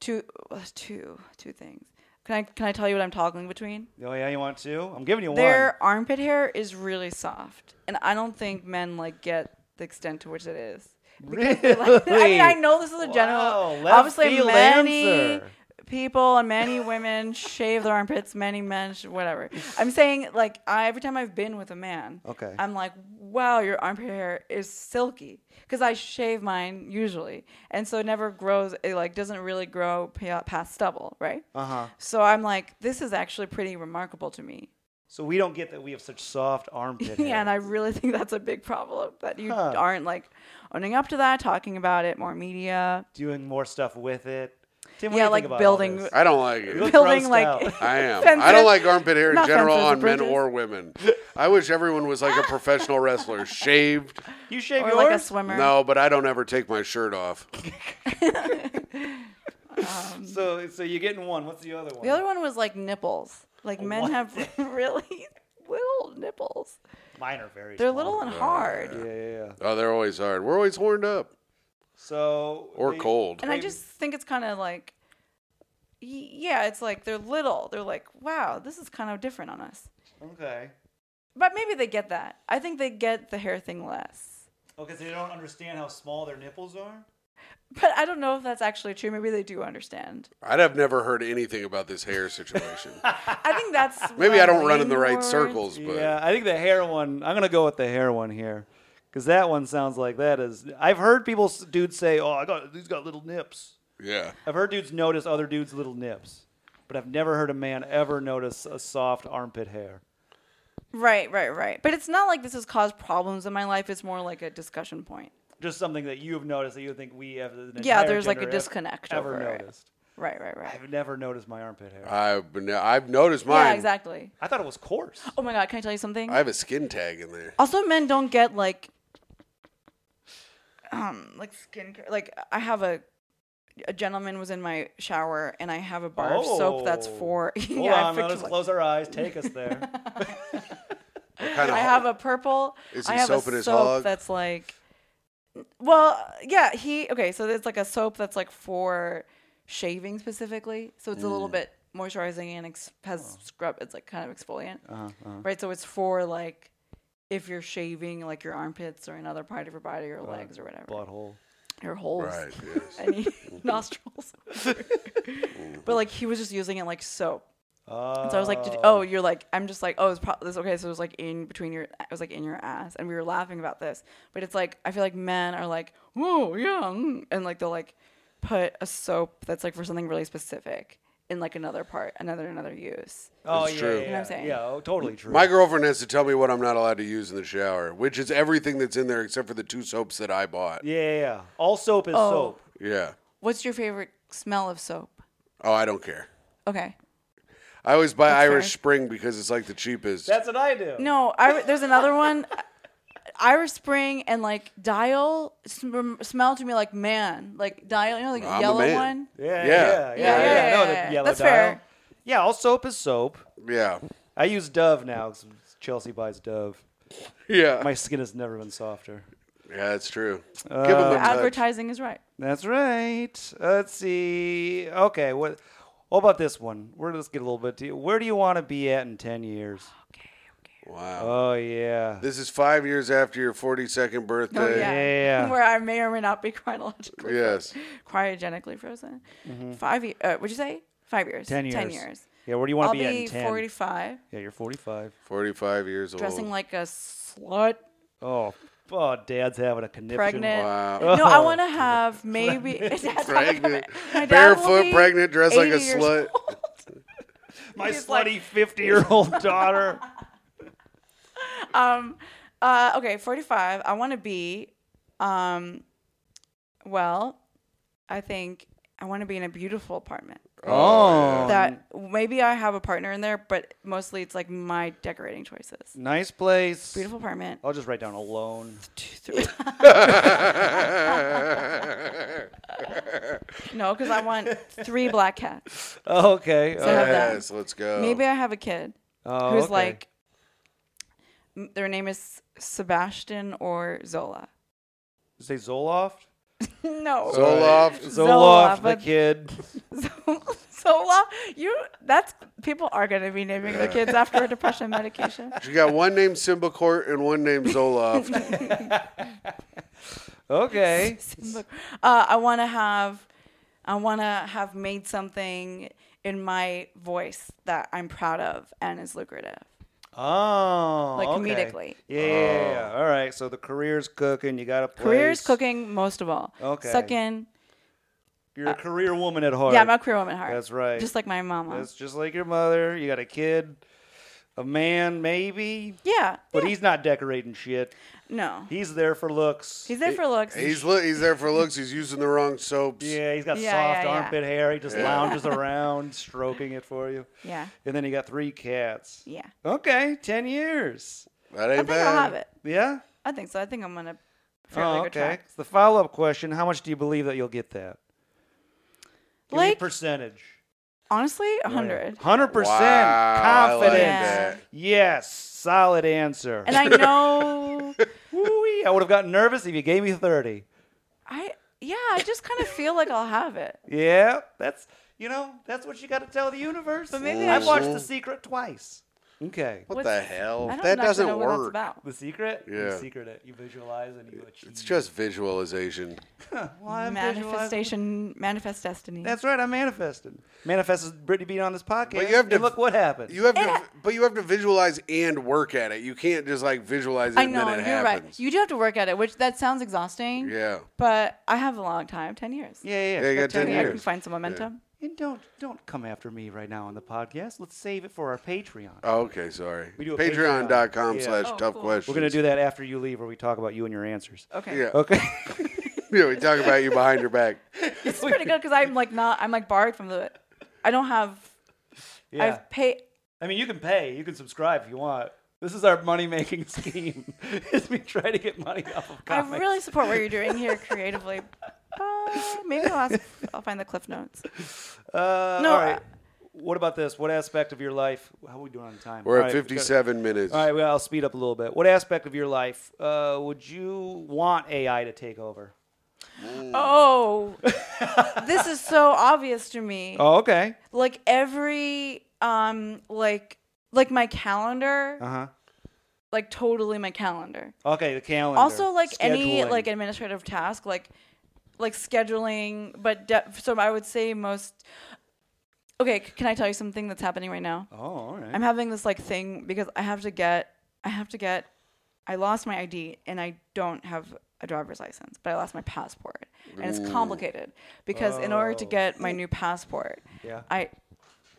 Speaker 3: two uh, two two things. Can I can I tell you what I'm toggling between?
Speaker 1: oh yeah, you want two? I'm giving you one.
Speaker 3: Their armpit hair is really soft, and I don't think men like get the extent to which it is. Because they like- I mean, I
Speaker 1: Really?
Speaker 3: know this is a general.
Speaker 1: Wow, left
Speaker 3: obviously,
Speaker 1: field
Speaker 3: many
Speaker 1: answer.
Speaker 3: people and many women shave their armpits. Many men, sh- whatever. I'm saying, like, I, every time I've been with a man,
Speaker 1: Okay.
Speaker 3: I'm like, wow, your armpit hair is silky because I shave mine usually, and so it never grows. It like doesn't really grow pa- past stubble, right? Uh
Speaker 1: Uh-huh.
Speaker 3: huh. So I'm like, this is actually pretty remarkable to me.
Speaker 1: So we don't get that we have such soft armpit hair.
Speaker 3: Yeah, and I really think that's a big problem that you
Speaker 1: Huh.
Speaker 3: aren't like owning up to that, talking about it, more media,
Speaker 1: Doing more stuff with it. Tim, what
Speaker 3: Yeah,
Speaker 1: do you
Speaker 3: like
Speaker 1: think about all
Speaker 3: building-
Speaker 1: this?
Speaker 2: I don't like it.
Speaker 1: look
Speaker 3: building
Speaker 1: grossed
Speaker 3: like.
Speaker 1: out.
Speaker 2: I am. I don't like armpit hair in
Speaker 3: Not
Speaker 2: general
Speaker 3: fences,
Speaker 2: on men
Speaker 3: bridges.
Speaker 2: or women. I wish everyone was like a professional wrestler, shaved.
Speaker 1: You shave
Speaker 3: or
Speaker 1: yours?
Speaker 3: like a swimmer.
Speaker 2: No, but I don't ever take my shirt off.
Speaker 1: so, so you're getting one. What's the other one?
Speaker 3: The other one was like nipples. Like men have really little nipples.
Speaker 1: Mine are very.
Speaker 3: They're
Speaker 1: small.
Speaker 3: little and hard.
Speaker 1: Yeah, yeah, yeah.
Speaker 2: Oh, they're always hard. We're always horned up
Speaker 1: So
Speaker 2: or
Speaker 1: they-
Speaker 2: cold.
Speaker 3: And I just think it's kind of like, y- yeah, it's like they're little. They're like, wow, this is kind of different on us.
Speaker 1: Okay.
Speaker 3: But maybe they get that. I think they get the hair thing less.
Speaker 1: Okay, so Oh, they don't understand how small their nipples are.
Speaker 3: But I don't know if that's actually true. Maybe they do understand.
Speaker 2: I'd have never heard anything about this hair situation.
Speaker 3: I think that's
Speaker 2: Maybe
Speaker 3: what
Speaker 2: I
Speaker 3: I'm
Speaker 2: don't run in
Speaker 3: leaning
Speaker 2: the right
Speaker 3: towards.
Speaker 2: circles, but
Speaker 1: Yeah, I think the hair one. I'm gonna go with the hair one here, because that one sounds like that is. I've heard people, s- dudes, say, "Oh, I got these got little nips."
Speaker 2: yeah.
Speaker 1: I've heard dudes notice other dudes' little nips, but I've never heard a man ever notice a soft armpit hair.
Speaker 3: Right, right, right. But it's not like this has caused problems in my life. It's more like a discussion point.
Speaker 1: Just something that you have noticed that you think we have.
Speaker 3: Yeah, there's like a disconnect
Speaker 1: Ever
Speaker 3: over it.
Speaker 1: noticed?
Speaker 3: Right, right, right.
Speaker 1: I've never noticed my armpit hair.
Speaker 2: I've been, I've noticed mine.
Speaker 3: Yeah, exactly.
Speaker 1: I thought it was coarse.
Speaker 3: Oh my god, can I tell you something?
Speaker 2: I have a skin tag in there.
Speaker 3: also, men don't get like, um, like skincare. Like I have a. A gentleman was in my shower, and I have a bar of soap that's
Speaker 1: Oh.
Speaker 3: for. yeah,
Speaker 1: Hold on,
Speaker 3: I
Speaker 1: now
Speaker 3: freaked
Speaker 1: let's
Speaker 3: out.
Speaker 1: close our eyes. Take us there.
Speaker 2: What kind of
Speaker 3: I have a purple.
Speaker 2: Is
Speaker 3: I
Speaker 2: he
Speaker 3: have a
Speaker 2: soaping his
Speaker 3: soap
Speaker 2: hog?
Speaker 3: that's like. Well, yeah, he okay. So it's like a soap that's like for shaving specifically. So it's a
Speaker 2: Mm.
Speaker 3: little bit moisturizing and ex-
Speaker 2: Oh.
Speaker 3: has scrub. It's like kind of exfoliant,
Speaker 2: Uh-huh,
Speaker 3: right? So it's for like if you're shaving like your armpits or another part of your body or legs or whatever
Speaker 1: Butthole.
Speaker 3: your holes
Speaker 2: right. Yes.
Speaker 3: any nostrils. but like he was just using it like soap. And so I was
Speaker 1: Uh,
Speaker 3: like, Did, "Oh, you're like." I'm just like, "Oh, it's pro- this okay?" So it was like in between your, it was like in your ass, and we were laughing about this. But it's like I feel like men are like, "Whoa, yeah," mm," and like they'll like put a soap that's like for something really specific in like another part, another another use.
Speaker 1: Oh
Speaker 2: It's
Speaker 1: yeah,
Speaker 2: true.
Speaker 1: yeah,
Speaker 2: You
Speaker 3: know what
Speaker 1: yeah.
Speaker 3: I'm saying?
Speaker 1: Yeah, oh, totally true.
Speaker 2: My girlfriend has to tell me what I'm not allowed to use in the shower, which is everything that's in there except for the two soaps that I bought.
Speaker 1: yeah, yeah, yeah. All soap is
Speaker 3: Oh.
Speaker 1: soap.
Speaker 2: Yeah.
Speaker 3: What's your favorite smell of soap?
Speaker 2: Oh, I don't care.
Speaker 3: Okay.
Speaker 2: I always buy
Speaker 3: That's
Speaker 2: Irish
Speaker 3: fair.
Speaker 2: Spring because it's like the cheapest.
Speaker 1: That's what I do.
Speaker 3: No, I, there's another one. Irish Spring and like Dial sm- smell to me like man, like Dial, you know, like
Speaker 2: I'm a
Speaker 3: yellow
Speaker 2: man.
Speaker 3: one.
Speaker 1: Yeah, yeah,
Speaker 2: Yeah.
Speaker 1: yeah, yeah.
Speaker 3: Yeah, yeah,
Speaker 1: I know
Speaker 3: yeah, yeah.
Speaker 1: the yellow
Speaker 3: That's
Speaker 1: dial.
Speaker 3: fair.
Speaker 1: Yeah, all soap is soap.
Speaker 2: yeah.
Speaker 1: I use Dove now. 'cause Chelsea buys Dove.
Speaker 2: Yeah.
Speaker 1: My skin has never been softer.
Speaker 2: yeah, that's true. Give them a
Speaker 3: The
Speaker 2: touch.
Speaker 3: advertising is right.
Speaker 1: That's right. Let's see. Okay, what? What about this one? Where let's get a little bit. To, where do you want to be at in ten years?
Speaker 2: Wow.
Speaker 1: Oh yeah.
Speaker 2: This is five years after your 42nd birthday.
Speaker 3: Oh, yeah.
Speaker 1: yeah.
Speaker 3: Where I may or may not be chronologically,
Speaker 2: Yes.
Speaker 3: cryogenically frozen. Five years. Uh, what'd you say? Five years.
Speaker 1: Ten years.
Speaker 3: Ten years.
Speaker 1: Yeah. Where do you
Speaker 3: I'll
Speaker 1: want to
Speaker 3: be,
Speaker 1: be, at in ten?
Speaker 3: 45,
Speaker 1: Yeah, you're 45.
Speaker 2: 45 years
Speaker 3: dressing
Speaker 2: old.
Speaker 3: like a slut,
Speaker 1: Oh, oh, Dad's having a conniption.
Speaker 3: pregnant.
Speaker 2: Wow.
Speaker 3: No, I want to have maybe. Dad's not gonna-
Speaker 2: Pregnant.
Speaker 3: my dad will
Speaker 2: Barefoot,
Speaker 3: be
Speaker 2: pregnant, dressed like a
Speaker 3: 80 years
Speaker 2: slut.
Speaker 3: old.
Speaker 4: My
Speaker 3: He's
Speaker 4: slutty
Speaker 3: like-
Speaker 4: 50 year old daughter.
Speaker 3: um, uh, okay, 45. I want to be, um, well, I think I want to be in a beautiful apartment.
Speaker 1: Oh,
Speaker 3: That maybe I have a partner in there, but mostly it's like my decorating choices.
Speaker 1: nice place.
Speaker 3: Beautiful apartment.
Speaker 1: I'll just write down alone.
Speaker 3: Two, three. no, because I want three black cats.
Speaker 1: Oh, okay.
Speaker 3: I have that.
Speaker 2: yes, let's go.
Speaker 3: Maybe I have a kid
Speaker 1: Oh,
Speaker 3: who's
Speaker 1: okay.
Speaker 3: like, m- their name is Sebastian or Zola.
Speaker 1: Say Zoloft.
Speaker 3: no.
Speaker 2: Zoloft.
Speaker 1: Zoloft, the
Speaker 3: but-
Speaker 1: kid.
Speaker 3: Zola, you that's people are gonna be naming their kids after a depression medication.
Speaker 2: You got one named Simbacort and one named Zoloft.
Speaker 1: Okay.
Speaker 3: Uh, I want to have, I want to have made something in my voice that I'm proud of and is lucrative.
Speaker 1: Oh,
Speaker 3: Like,
Speaker 1: okay.
Speaker 3: comedically.
Speaker 1: Yeah, yeah, yeah. All right. So the career's cooking. You got a place.
Speaker 3: Career's cooking most of all.
Speaker 1: Okay.
Speaker 3: Second,
Speaker 1: You're a career woman at heart.
Speaker 3: Uh, yeah, I'm a career woman at heart.
Speaker 1: That's right.
Speaker 3: Just like my mama.
Speaker 1: That's just like your mother. You got a kid, a man maybe,
Speaker 3: yeah.
Speaker 1: but
Speaker 3: yeah.
Speaker 1: he's not decorating shit.
Speaker 3: no,
Speaker 1: He's there for looks.
Speaker 3: he's there for looks.
Speaker 2: he's li- he's there for looks. He's using the wrong soaps.
Speaker 1: yeah, he's got
Speaker 3: Yeah,
Speaker 1: soft
Speaker 3: yeah, yeah.
Speaker 1: armpit hair. He just lounges around, stroking it for you.
Speaker 3: yeah,
Speaker 1: And then you got three cats.
Speaker 3: yeah.
Speaker 1: Okay, ten years.
Speaker 2: That ain't
Speaker 3: I think
Speaker 2: bad.
Speaker 3: I'll have it.
Speaker 1: Yeah.
Speaker 3: I think so. I think I'm gonna. fairly
Speaker 1: Oh,
Speaker 3: good
Speaker 1: okay.
Speaker 3: track.
Speaker 1: The follow-up question: How much do you believe that you'll get that? Give me a
Speaker 3: Like
Speaker 1: percentage.
Speaker 3: honestly, a hundred.
Speaker 1: Hundred percent
Speaker 2: Wow, I like
Speaker 1: confidence.
Speaker 3: that.
Speaker 1: Yes, solid answer.
Speaker 3: And I know.
Speaker 1: Woo-wee. I would have gotten nervous if you gave me 30.
Speaker 3: I yeah, I just kind of feel like I'll have it.
Speaker 1: Yeah, that's, you know, that's what you got to tell the universe. But
Speaker 3: maybe I
Speaker 1: I've watched
Speaker 2: should-
Speaker 1: The Secret twice. Okay.
Speaker 2: What
Speaker 3: What's-
Speaker 2: the hell?
Speaker 3: I don't
Speaker 2: That
Speaker 3: not know
Speaker 2: doesn't
Speaker 3: what that's
Speaker 2: work.
Speaker 3: about.
Speaker 1: The Secret?
Speaker 2: Yeah.
Speaker 1: You secret it. You visualize and you achieve.
Speaker 2: It's just visualization.
Speaker 1: Well, I'm visualizing-
Speaker 3: Manifestation, manifest destiny.
Speaker 1: That's right. I manifested. Manifested Brittany being on this podcast.
Speaker 2: you have to-
Speaker 1: and look what happened.
Speaker 2: You have to, but you have to visualize and work at it. You can't just like visualize it
Speaker 3: I
Speaker 2: and
Speaker 3: know
Speaker 2: then it
Speaker 3: you're
Speaker 2: happens.
Speaker 3: right. You do have to work at it, which that sounds exhausting.
Speaker 2: yeah.
Speaker 3: But I have a long time, ten years.
Speaker 1: yeah, yeah.
Speaker 2: Yeah, you got
Speaker 1: That's right.
Speaker 2: 10
Speaker 3: I can
Speaker 2: years.
Speaker 3: find some momentum.
Speaker 1: And don't don't come after me right now on the podcast. Let's save it for our Patreon.
Speaker 2: Oh, okay, sorry.
Speaker 1: We do a Patreon.
Speaker 2: Patreon.com
Speaker 1: Yeah.
Speaker 2: slash
Speaker 3: Oh,
Speaker 2: tough
Speaker 3: cool.
Speaker 2: questions.
Speaker 1: We're gonna do that after you leave, where we talk about you and your answers.
Speaker 3: Okay,
Speaker 2: Yeah.
Speaker 1: Okay.
Speaker 2: yeah, we talk about you behind your back.
Speaker 3: it's pretty good because I'm like not. I'm like borrowed from the. I don't have.
Speaker 1: yeah.
Speaker 3: I've paid.
Speaker 1: I mean, you can pay. You can subscribe if you want. This is our money making scheme. is we try to get money off of
Speaker 3: I
Speaker 1: comics.
Speaker 3: really support what you're doing here creatively. Uh, maybe I'll ask. I'll find the cliff notes.
Speaker 1: Uh,
Speaker 3: No,
Speaker 1: all right.
Speaker 3: I-
Speaker 1: what about this? What aspect of your life? How are we doing on time?
Speaker 2: We're
Speaker 1: All
Speaker 2: at
Speaker 1: right,
Speaker 2: fifty seven minutes.
Speaker 1: good. All right. Well, I'll speed up a little bit. What aspect of your life uh, would you want AI to take over?
Speaker 3: Oh, this is so obvious to me.
Speaker 1: Oh, okay.
Speaker 3: Like every um, like like my calendar,
Speaker 1: Uh huh.
Speaker 3: like totally my calendar.
Speaker 1: Okay. The calendar.
Speaker 3: Also, like any
Speaker 1: scheduling.
Speaker 3: like administrative task, like like scheduling. But de- so I would say most. Okay, c- can I tell you something that's happening right now?
Speaker 1: Oh, all right.
Speaker 3: I'm having this like thing because I have to get I have to get I lost my ID and I don't have a driver's license, but I lost my passport. And it's complicated because in order to get my new passport,
Speaker 1: Yeah.
Speaker 3: I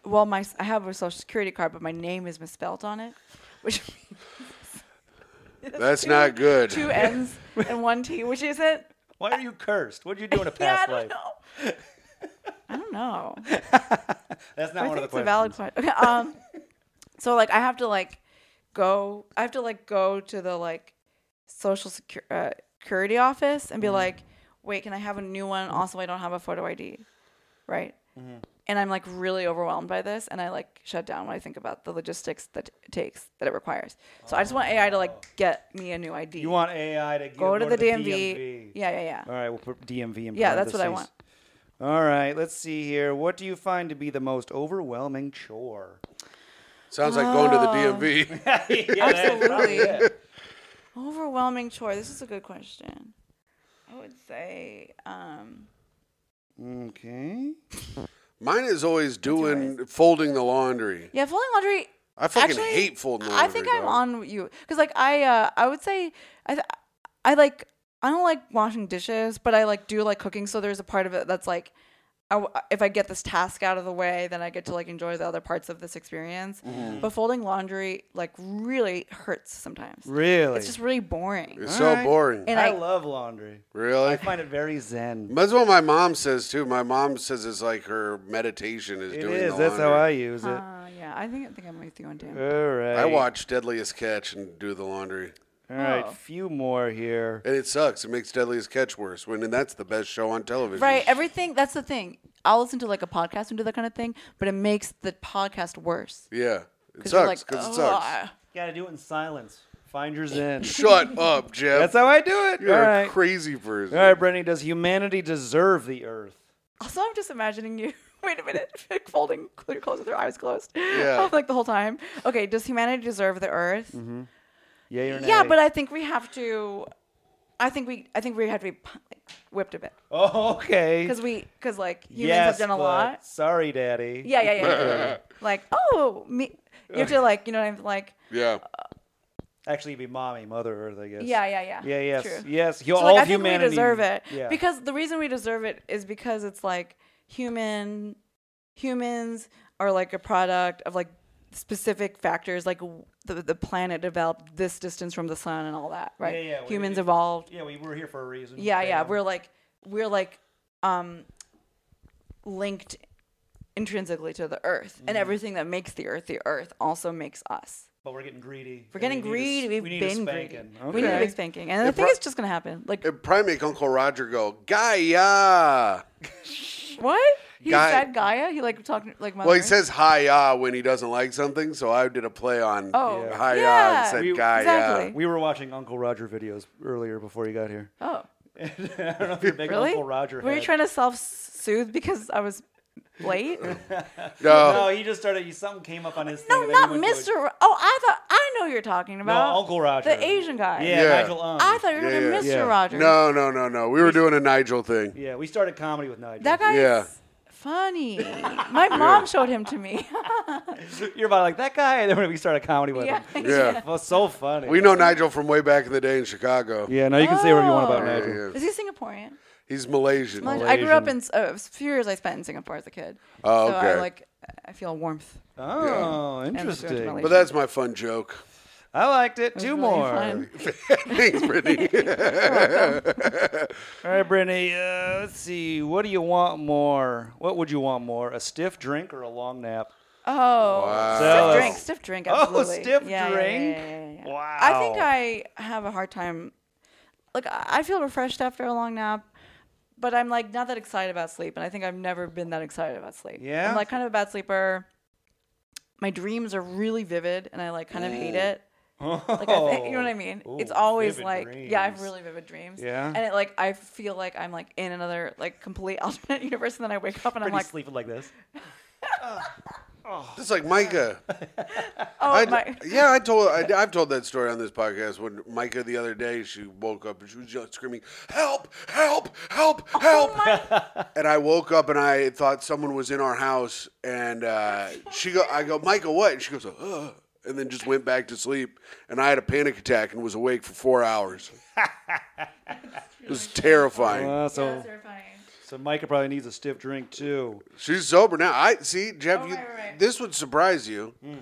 Speaker 3: well my s- I have a social security card but my name is misspelled on it, which means
Speaker 2: That's not good.
Speaker 3: two N's and one T, which isn't
Speaker 1: Why are you cursed? What did you do in a
Speaker 3: yeah, I
Speaker 1: past
Speaker 3: don't
Speaker 1: life?
Speaker 3: know. I don't know.
Speaker 1: That's not
Speaker 3: I
Speaker 1: one of
Speaker 3: think
Speaker 1: the questions.
Speaker 3: it's a valid question. Okay, um, so like I have to like go. I have to like go to the like social secu- uh, security office and be
Speaker 1: Mm-hmm.
Speaker 3: like, wait, can I have a new one? Also, I don't have a photo ID, right?
Speaker 1: Mm-hmm.
Speaker 3: And I'm like really overwhelmed by this, and I like shut down when I think about the logistics that it takes that it requires. So I just want AI to like get me a new ID.
Speaker 1: Oh. You want AI to give,
Speaker 3: go, to, the, DMV.
Speaker 1: DMV.
Speaker 3: Yeah, yeah, yeah.
Speaker 1: All right, we'll put DMV in
Speaker 3: Yeah, that's what I
Speaker 1: parentheses. All right, let's see here. What do you find to be the most overwhelming chore?
Speaker 2: Sounds like going to the DMV.
Speaker 3: Absolutely. Overwhelming chore. This is a good question. I would say, um,
Speaker 1: Okay.
Speaker 2: Mine is always doing folding the laundry.
Speaker 3: yeah, folding laundry.
Speaker 2: I fucking
Speaker 3: Actually,
Speaker 2: hate folding laundry.
Speaker 3: I think I'm
Speaker 2: dog.
Speaker 3: on you because, like, I uh, I would say, I, th- I like, I don't like washing dishes, but I like do like cooking. So there's a part of it that's like, I w- if I get this task out of the way, then I get to like enjoy the other parts of this experience.
Speaker 2: Mm-hmm.
Speaker 3: But folding laundry like really hurts sometimes.
Speaker 1: Really?
Speaker 3: It's just really boring.
Speaker 2: It's so
Speaker 1: right.
Speaker 2: boring.
Speaker 3: And
Speaker 1: I,
Speaker 3: I,
Speaker 1: love laundry.
Speaker 2: really?
Speaker 1: I find it very zen.
Speaker 2: That's what my mom says too. My mom says it's like her meditation is
Speaker 1: It
Speaker 2: doing
Speaker 1: is.
Speaker 2: the
Speaker 1: That's how I
Speaker 2: laundry.
Speaker 1: use it.
Speaker 3: uh, yeah, I think I think I'm with you on too.
Speaker 1: All right.
Speaker 2: I watch Deadliest Catch and do the laundry.
Speaker 1: All right.
Speaker 3: Oh.
Speaker 1: Few more here.
Speaker 2: And it sucks. It makes Deadliest Catch worse. When and that's the best show on television.
Speaker 3: Right. Everything. That's the thing. I'll listen to like a podcast and do that kind of thing, but it makes the podcast worse.
Speaker 2: Yeah. It
Speaker 3: 'Cause you're
Speaker 2: sucks because it
Speaker 3: "Ugh,
Speaker 2: sucks.
Speaker 4: Gotta do it in silence.
Speaker 1: Find your zen.
Speaker 2: Shut up, Jeff.
Speaker 1: That's how I do it.
Speaker 2: You're
Speaker 1: All
Speaker 2: a
Speaker 1: right.
Speaker 2: crazy person.
Speaker 1: All right, Brittany. Does humanity deserve the earth?
Speaker 3: Also, I'm just imagining you. Wait a minute, like folding your clothes with your eyes closed.
Speaker 2: Yeah. Mm-hmm.
Speaker 3: like the whole time. Okay, does humanity deserve the Earth?
Speaker 1: Yay or nay?
Speaker 3: Yeah, but I think we have to. I think we. I think we have to be pu- like, whipped a bit
Speaker 1: Oh, okay.
Speaker 3: because we because like humans
Speaker 1: yes,
Speaker 3: have done a
Speaker 1: but
Speaker 3: lot.
Speaker 1: Sorry, Daddy.
Speaker 3: Yeah, yeah, yeah. yeah. like oh me, you have to like you know what I'm like.
Speaker 2: Yeah.
Speaker 1: Actually, it'd be mommy, Mother Earth, I guess.
Speaker 3: Yeah, yeah, yeah.
Speaker 1: Yeah, yes,
Speaker 3: True.
Speaker 1: yes.
Speaker 3: So,
Speaker 1: All
Speaker 3: like, I think
Speaker 1: humanity
Speaker 3: we deserve it
Speaker 1: Yeah.
Speaker 3: because the reason we deserve it is because it's like human humans are like a product of like specific factors like w- the, the planet developed this distance from the sun and all that right
Speaker 4: Yeah, yeah, we-
Speaker 3: humans evolved
Speaker 4: Yeah, we were here for a reason.
Speaker 3: yeah yeah
Speaker 4: Bam.
Speaker 3: we're like we're like um linked intrinsically to the earth and everything that makes the earth the earth also makes us
Speaker 4: but we're getting greedy.
Speaker 3: we're
Speaker 4: and
Speaker 3: getting
Speaker 4: we need a
Speaker 3: greedy
Speaker 4: s-
Speaker 3: we've
Speaker 4: we need a
Speaker 3: been greedy
Speaker 4: spanking.
Speaker 3: we need a
Speaker 1: Okay.
Speaker 3: big spanking and i
Speaker 2: It
Speaker 3: think
Speaker 2: pro-
Speaker 3: it's just gonna happen like
Speaker 2: It'd probably make Uncle Roger go, Gaia.
Speaker 3: What? He
Speaker 2: Guy-
Speaker 3: said Gaia? He like talking like Mother
Speaker 2: Well, he
Speaker 3: Earth?
Speaker 2: says hiya when he doesn't like something, so I did a play on
Speaker 3: Oh,
Speaker 2: hiya
Speaker 3: Yeah.
Speaker 2: and
Speaker 3: yeah.
Speaker 2: said
Speaker 1: We-
Speaker 2: Gaia.
Speaker 3: exactly.
Speaker 1: We were watching Uncle Roger videos earlier before you got here.
Speaker 3: Oh,
Speaker 4: I don't know if you're a big
Speaker 3: really?
Speaker 4: Uncle Roger.
Speaker 3: Were you
Speaker 4: head.
Speaker 3: trying to self-soothe because I was late?
Speaker 2: No,
Speaker 4: No, he just started. He, something came up on his.
Speaker 3: Oh. no,
Speaker 4: thing
Speaker 3: not
Speaker 4: that he went to
Speaker 3: Mr. Ro- oh, I thought I know who you're talking
Speaker 4: a- No,
Speaker 3: about.
Speaker 4: Uncle Roger.
Speaker 3: The Asian guy.
Speaker 4: Yeah, um,
Speaker 2: Yeah.
Speaker 4: Nigel Ung.
Speaker 3: I thought you were
Speaker 2: Yeah,
Speaker 3: talking
Speaker 2: yeah.
Speaker 3: Mr.
Speaker 1: Yeah.
Speaker 3: Rogers.
Speaker 2: no, no, no, no. We were doing a Nigel thing.
Speaker 4: yeah, we started comedy with Nigel.
Speaker 3: That guy
Speaker 2: Yeah.
Speaker 3: is funny. My mom showed him to me.
Speaker 4: You're about like that guy, and then we started comedy with
Speaker 3: yeah.
Speaker 4: him.
Speaker 2: Yeah.
Speaker 4: Well, so funny.
Speaker 2: We know Nigel from way back in the day in Chicago.
Speaker 1: Yeah, now you can say whatever you want about
Speaker 3: Oh.
Speaker 2: Yeah,
Speaker 1: Nigel.
Speaker 2: yeah.
Speaker 3: Is he Singaporean?
Speaker 2: He's Malaysian.
Speaker 3: Malaysian. I grew up in uh, it was few years I spent in Singapore as a kid.
Speaker 2: Oh,
Speaker 3: so I
Speaker 2: okay.
Speaker 3: like I feel warmth.
Speaker 1: Oh,
Speaker 3: Absolutely.
Speaker 1: interesting.
Speaker 2: But that's my fun joke.
Speaker 1: I liked it.
Speaker 3: It was
Speaker 1: Two
Speaker 3: really
Speaker 1: more.
Speaker 3: fun.
Speaker 2: Thanks, Brittany.
Speaker 1: All right, Brittany. Uh, let's see. What do you want more? What would you want more? A stiff drink or a long nap?
Speaker 3: Oh,
Speaker 1: So-
Speaker 3: stiff drink, stiff drink, absolutely.
Speaker 1: stiff
Speaker 3: Yeah, yeah,
Speaker 1: drink?
Speaker 3: yeah, yeah, yeah, yeah.
Speaker 1: Wow.
Speaker 3: I think I have a hard time. Like I I feel refreshed after a long nap, but I'm like not that excited about sleep, and I think I've never been that excited about sleep.
Speaker 1: Yeah?
Speaker 3: I'm like kind of a bad sleeper. My dreams are really vivid, and I like kind of hate it. Like I think, you know what I mean? it's
Speaker 4: Ooh,
Speaker 3: always
Speaker 4: vivid
Speaker 3: like yeah, I have
Speaker 4: dreams.
Speaker 3: really vivid dreams.
Speaker 1: Yeah.
Speaker 3: and it like I feel like I'm like in another like complete alternate universe, and then I wake up and
Speaker 4: Pretty
Speaker 3: I'm like,
Speaker 4: sleeping like this.
Speaker 2: It's like Micah.
Speaker 3: oh
Speaker 2: I-
Speaker 3: my.
Speaker 2: yeah, I told I, have told that story on this podcast. When Micah the other day, she woke up and she was just screaming, "Help! Help! Help! Help!"
Speaker 3: oh
Speaker 2: and I woke up and I thought someone was in our house. And uh, she go, I go, Micah, what? And she goes, Ugh, and then just went back to sleep. And I had a panic attack and was awake for four hours. it was terrifying.
Speaker 1: Uh, so,
Speaker 3: That's terrifying.
Speaker 1: so Micah probably needs a stiff drink too.
Speaker 2: She's sober now. I see, Jeff.
Speaker 3: Oh,
Speaker 2: you,
Speaker 3: right, right, right.
Speaker 2: This would surprise you.
Speaker 3: Hmm.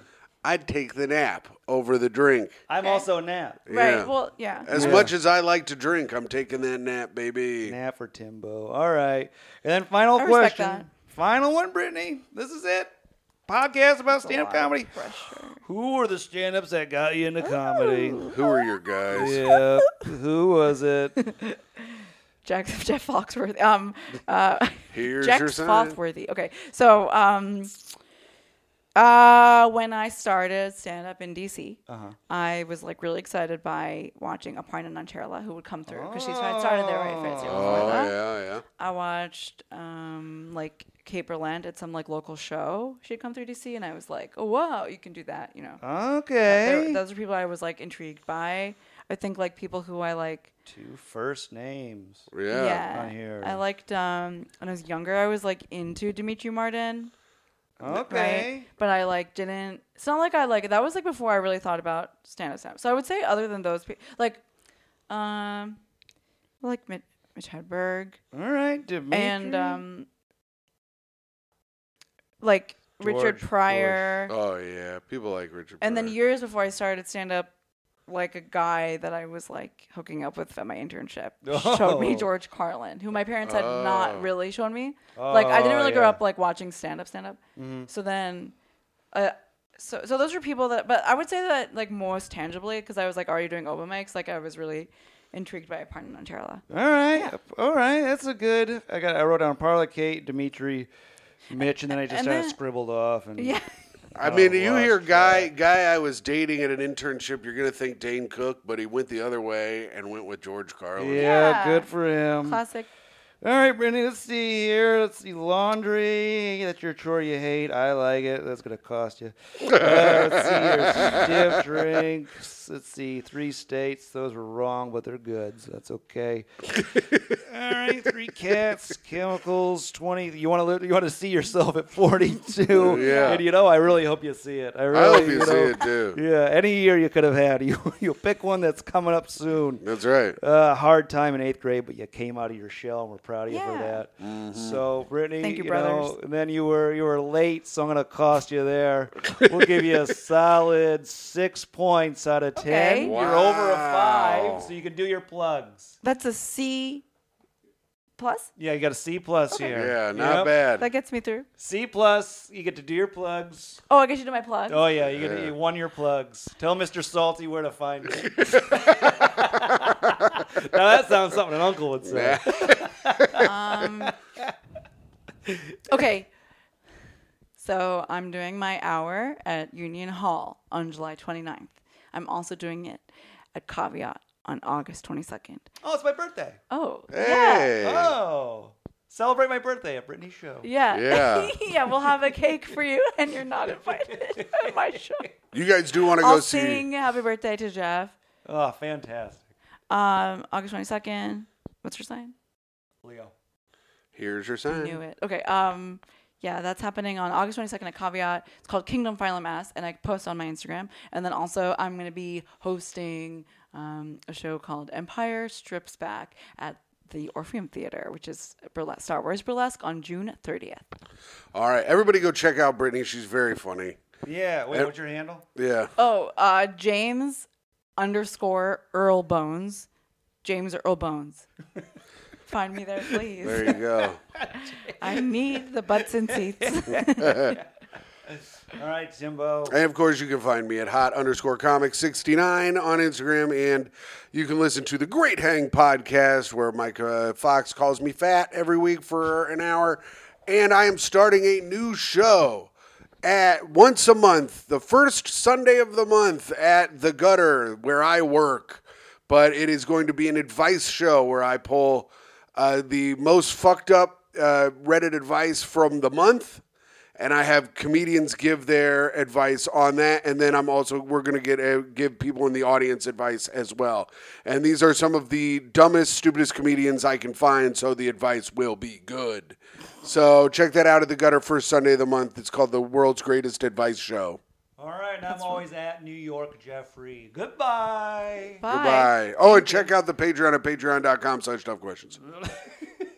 Speaker 2: I'd take the nap over the drink.
Speaker 4: I'm also a nap.
Speaker 3: Right.
Speaker 2: Yeah.
Speaker 3: Well, yeah.
Speaker 2: As much as I like to drink, I'm taking that nap, baby.
Speaker 1: Nap for Timbo. All right. And then final
Speaker 3: I respect
Speaker 1: question.
Speaker 3: that.
Speaker 1: Final one, Brittany. This is it. Podcast about stand up comedy.
Speaker 3: Pressure.
Speaker 1: Who were the stand ups that got you into comedy?
Speaker 2: Who are your guys?
Speaker 1: yeah. Who was it?
Speaker 3: Jack Jeff Foxworthy. Um, uh,
Speaker 2: Here's
Speaker 3: Jack
Speaker 2: your sign.
Speaker 3: Foxworthy. Okay, so um, uh, when I started stand up in DC,
Speaker 2: Uh-huh.
Speaker 3: I was like really excited by watching Aparna Nancherla, who would come through because she's I started there right first year before
Speaker 2: Oh
Speaker 3: that.
Speaker 2: yeah, yeah.
Speaker 3: I watched um, like Caperland at some like local show. She'd come through DC, and I was like, oh wow, you can do that, you know. There-
Speaker 1: Okay.
Speaker 3: those are people I was like intrigued by. I think like people who I like.
Speaker 1: Two first names.
Speaker 2: Yeah.
Speaker 3: Yeah.
Speaker 1: on here.
Speaker 3: I liked um when I was younger I was like into Dimitri Martin.
Speaker 1: Okay.
Speaker 3: Right. But I like didn't it's not like I like that was like before I really thought about stand up stand So I would say other than those people like um like Mitch, Mitch Hedberg
Speaker 1: All right. Dimitri.
Speaker 3: and um like Richard
Speaker 1: George
Speaker 3: Pryor.
Speaker 2: Oh yeah, people like Richard.
Speaker 3: And then
Speaker 2: Pryor.
Speaker 3: years before I started stand up, like a guy that I was like hooking up with at my internship showed me
Speaker 1: Oh.
Speaker 3: George Carlin, who my parents had
Speaker 2: Oh.
Speaker 3: not really shown me. like I didn't
Speaker 1: Oh,
Speaker 3: really grow
Speaker 1: yeah. Mm-hmm.
Speaker 3: up like watching stand up, stand up. So then, uh, so so those are people that. But I would say that like most tangibly because I was like already doing open mics. Like I was really intrigued by Apartment on Terla.
Speaker 1: All right, all right, that's a good. I got. I wrote down Parla, Kate, Dimitri, Mitch, and then I just
Speaker 3: And
Speaker 1: kind of
Speaker 3: then-
Speaker 1: scribbled off. And
Speaker 3: Yeah.
Speaker 2: I mean,
Speaker 1: Oh,
Speaker 2: you
Speaker 1: lost
Speaker 2: hear guy guy I was dating at an internship, you're gonna think Dane Cook, but he went the other way and went with George Carlin.
Speaker 1: yeah,
Speaker 3: Yeah.
Speaker 1: good for him.
Speaker 3: Classic.
Speaker 1: All right, Brittany, let's see here. Let's see laundry. That's your chore you hate. I like it. That's going to cost you. Uh, let's see here. Stiff drinks. Let's see. Three states. Those were wrong, but they're good, so that's okay. All right, three cats, chemicals, 20. You want to live, you want to see yourself at 42.
Speaker 2: Yeah.
Speaker 1: And you know, I really hope you see it. I really
Speaker 2: I hope you, see
Speaker 1: know,
Speaker 2: it too.
Speaker 1: Yeah, any year you could have had. You, you'll pick one that's coming up soon
Speaker 2: That's right.
Speaker 1: uh, hard time in eighth grade, but you came out of your shell, and we're proud of you for
Speaker 3: Yeah.
Speaker 1: that.
Speaker 2: Mm-hmm.
Speaker 1: So, Brittany,
Speaker 3: Thank you,
Speaker 1: know,
Speaker 3: brothers.
Speaker 1: and then you were you were late, so I'm gonna cost you there. we'll give you a solid six points out of
Speaker 3: Okay.
Speaker 1: ten. You're over a
Speaker 2: Wow.
Speaker 1: five, so you can do your plugs.
Speaker 3: That's a C plus.
Speaker 1: Yeah, you got a C plus here.
Speaker 2: Yeah, not
Speaker 1: Yep.
Speaker 2: bad.
Speaker 3: That gets me through.
Speaker 1: C plus, you get to do your plugs.
Speaker 3: Oh, I guess you do my plug.
Speaker 1: Oh yeah, you, get to,
Speaker 2: Yeah.
Speaker 1: you won your plugs. Tell Mr. Salty where to find you. now that sounds something an uncle would say.
Speaker 3: okay. So I'm doing my hour at Union Hall on July 29th. I'm also doing it at Caveat on August 22nd.
Speaker 1: Oh, it's my birthday.
Speaker 3: Oh,
Speaker 2: Hey.
Speaker 1: Oh, celebrate my birthday at Brittany's show.
Speaker 3: yeah.
Speaker 2: Yeah.
Speaker 3: Yeah. yeah, we'll have a cake for you and you're not invited at my show.
Speaker 2: You guys do want to go
Speaker 3: I'll
Speaker 2: see?
Speaker 3: sing happy birthday to Jeff.
Speaker 1: Oh, fantastic,
Speaker 3: Um, August 22nd. What's your sign?
Speaker 1: Leo.
Speaker 2: Here's your
Speaker 3: I
Speaker 2: sign.
Speaker 3: knew it. Okay. Um, yeah, that's happening on August 22nd at Caveat. It's called Kingdom Phylum Mass, and I post on my Instagram. And then also, I'm going to be hosting um, a show called Empire Strips Back at the Orpheum Theater, which is burlesque, Star Wars Burlesque on June 30th.
Speaker 2: All right, everybody, go check out Brittany. She's very funny.
Speaker 1: Yeah. Wait, what's your handle?
Speaker 2: Yeah.
Speaker 3: Oh, uh, James underscore Earl Bones. James Earl Bones. Find me there, please.
Speaker 2: There you go.
Speaker 3: I need the butts and seats.
Speaker 1: All right, Timbo.
Speaker 2: And of course, you can find me at hot underscore comic 69 on Instagram. And you can listen to the Great Hang podcast, where Mike uh, Fox calls me fat every week for an hour. And I am starting a new show at once a month, the first Sunday of the month at the gutter where I work. But it is going to be an advice show where I pull uh, the most fucked up uh, Reddit advice from the month and I have comedians give their advice on that, and then I'm also we're gonna get uh, give people in the audience advice as well. And these are some of the dumbest, stupidest comedians I can find, so the advice will be good. So check that out at the gutter first Sunday of the month. It's called the world's greatest advice show.
Speaker 4: All right, and I'm always at New York Jeffrey. Goodbye.
Speaker 3: Bye.
Speaker 2: Goodbye. Oh, and check out the Patreon at patreon.com slash tough questions.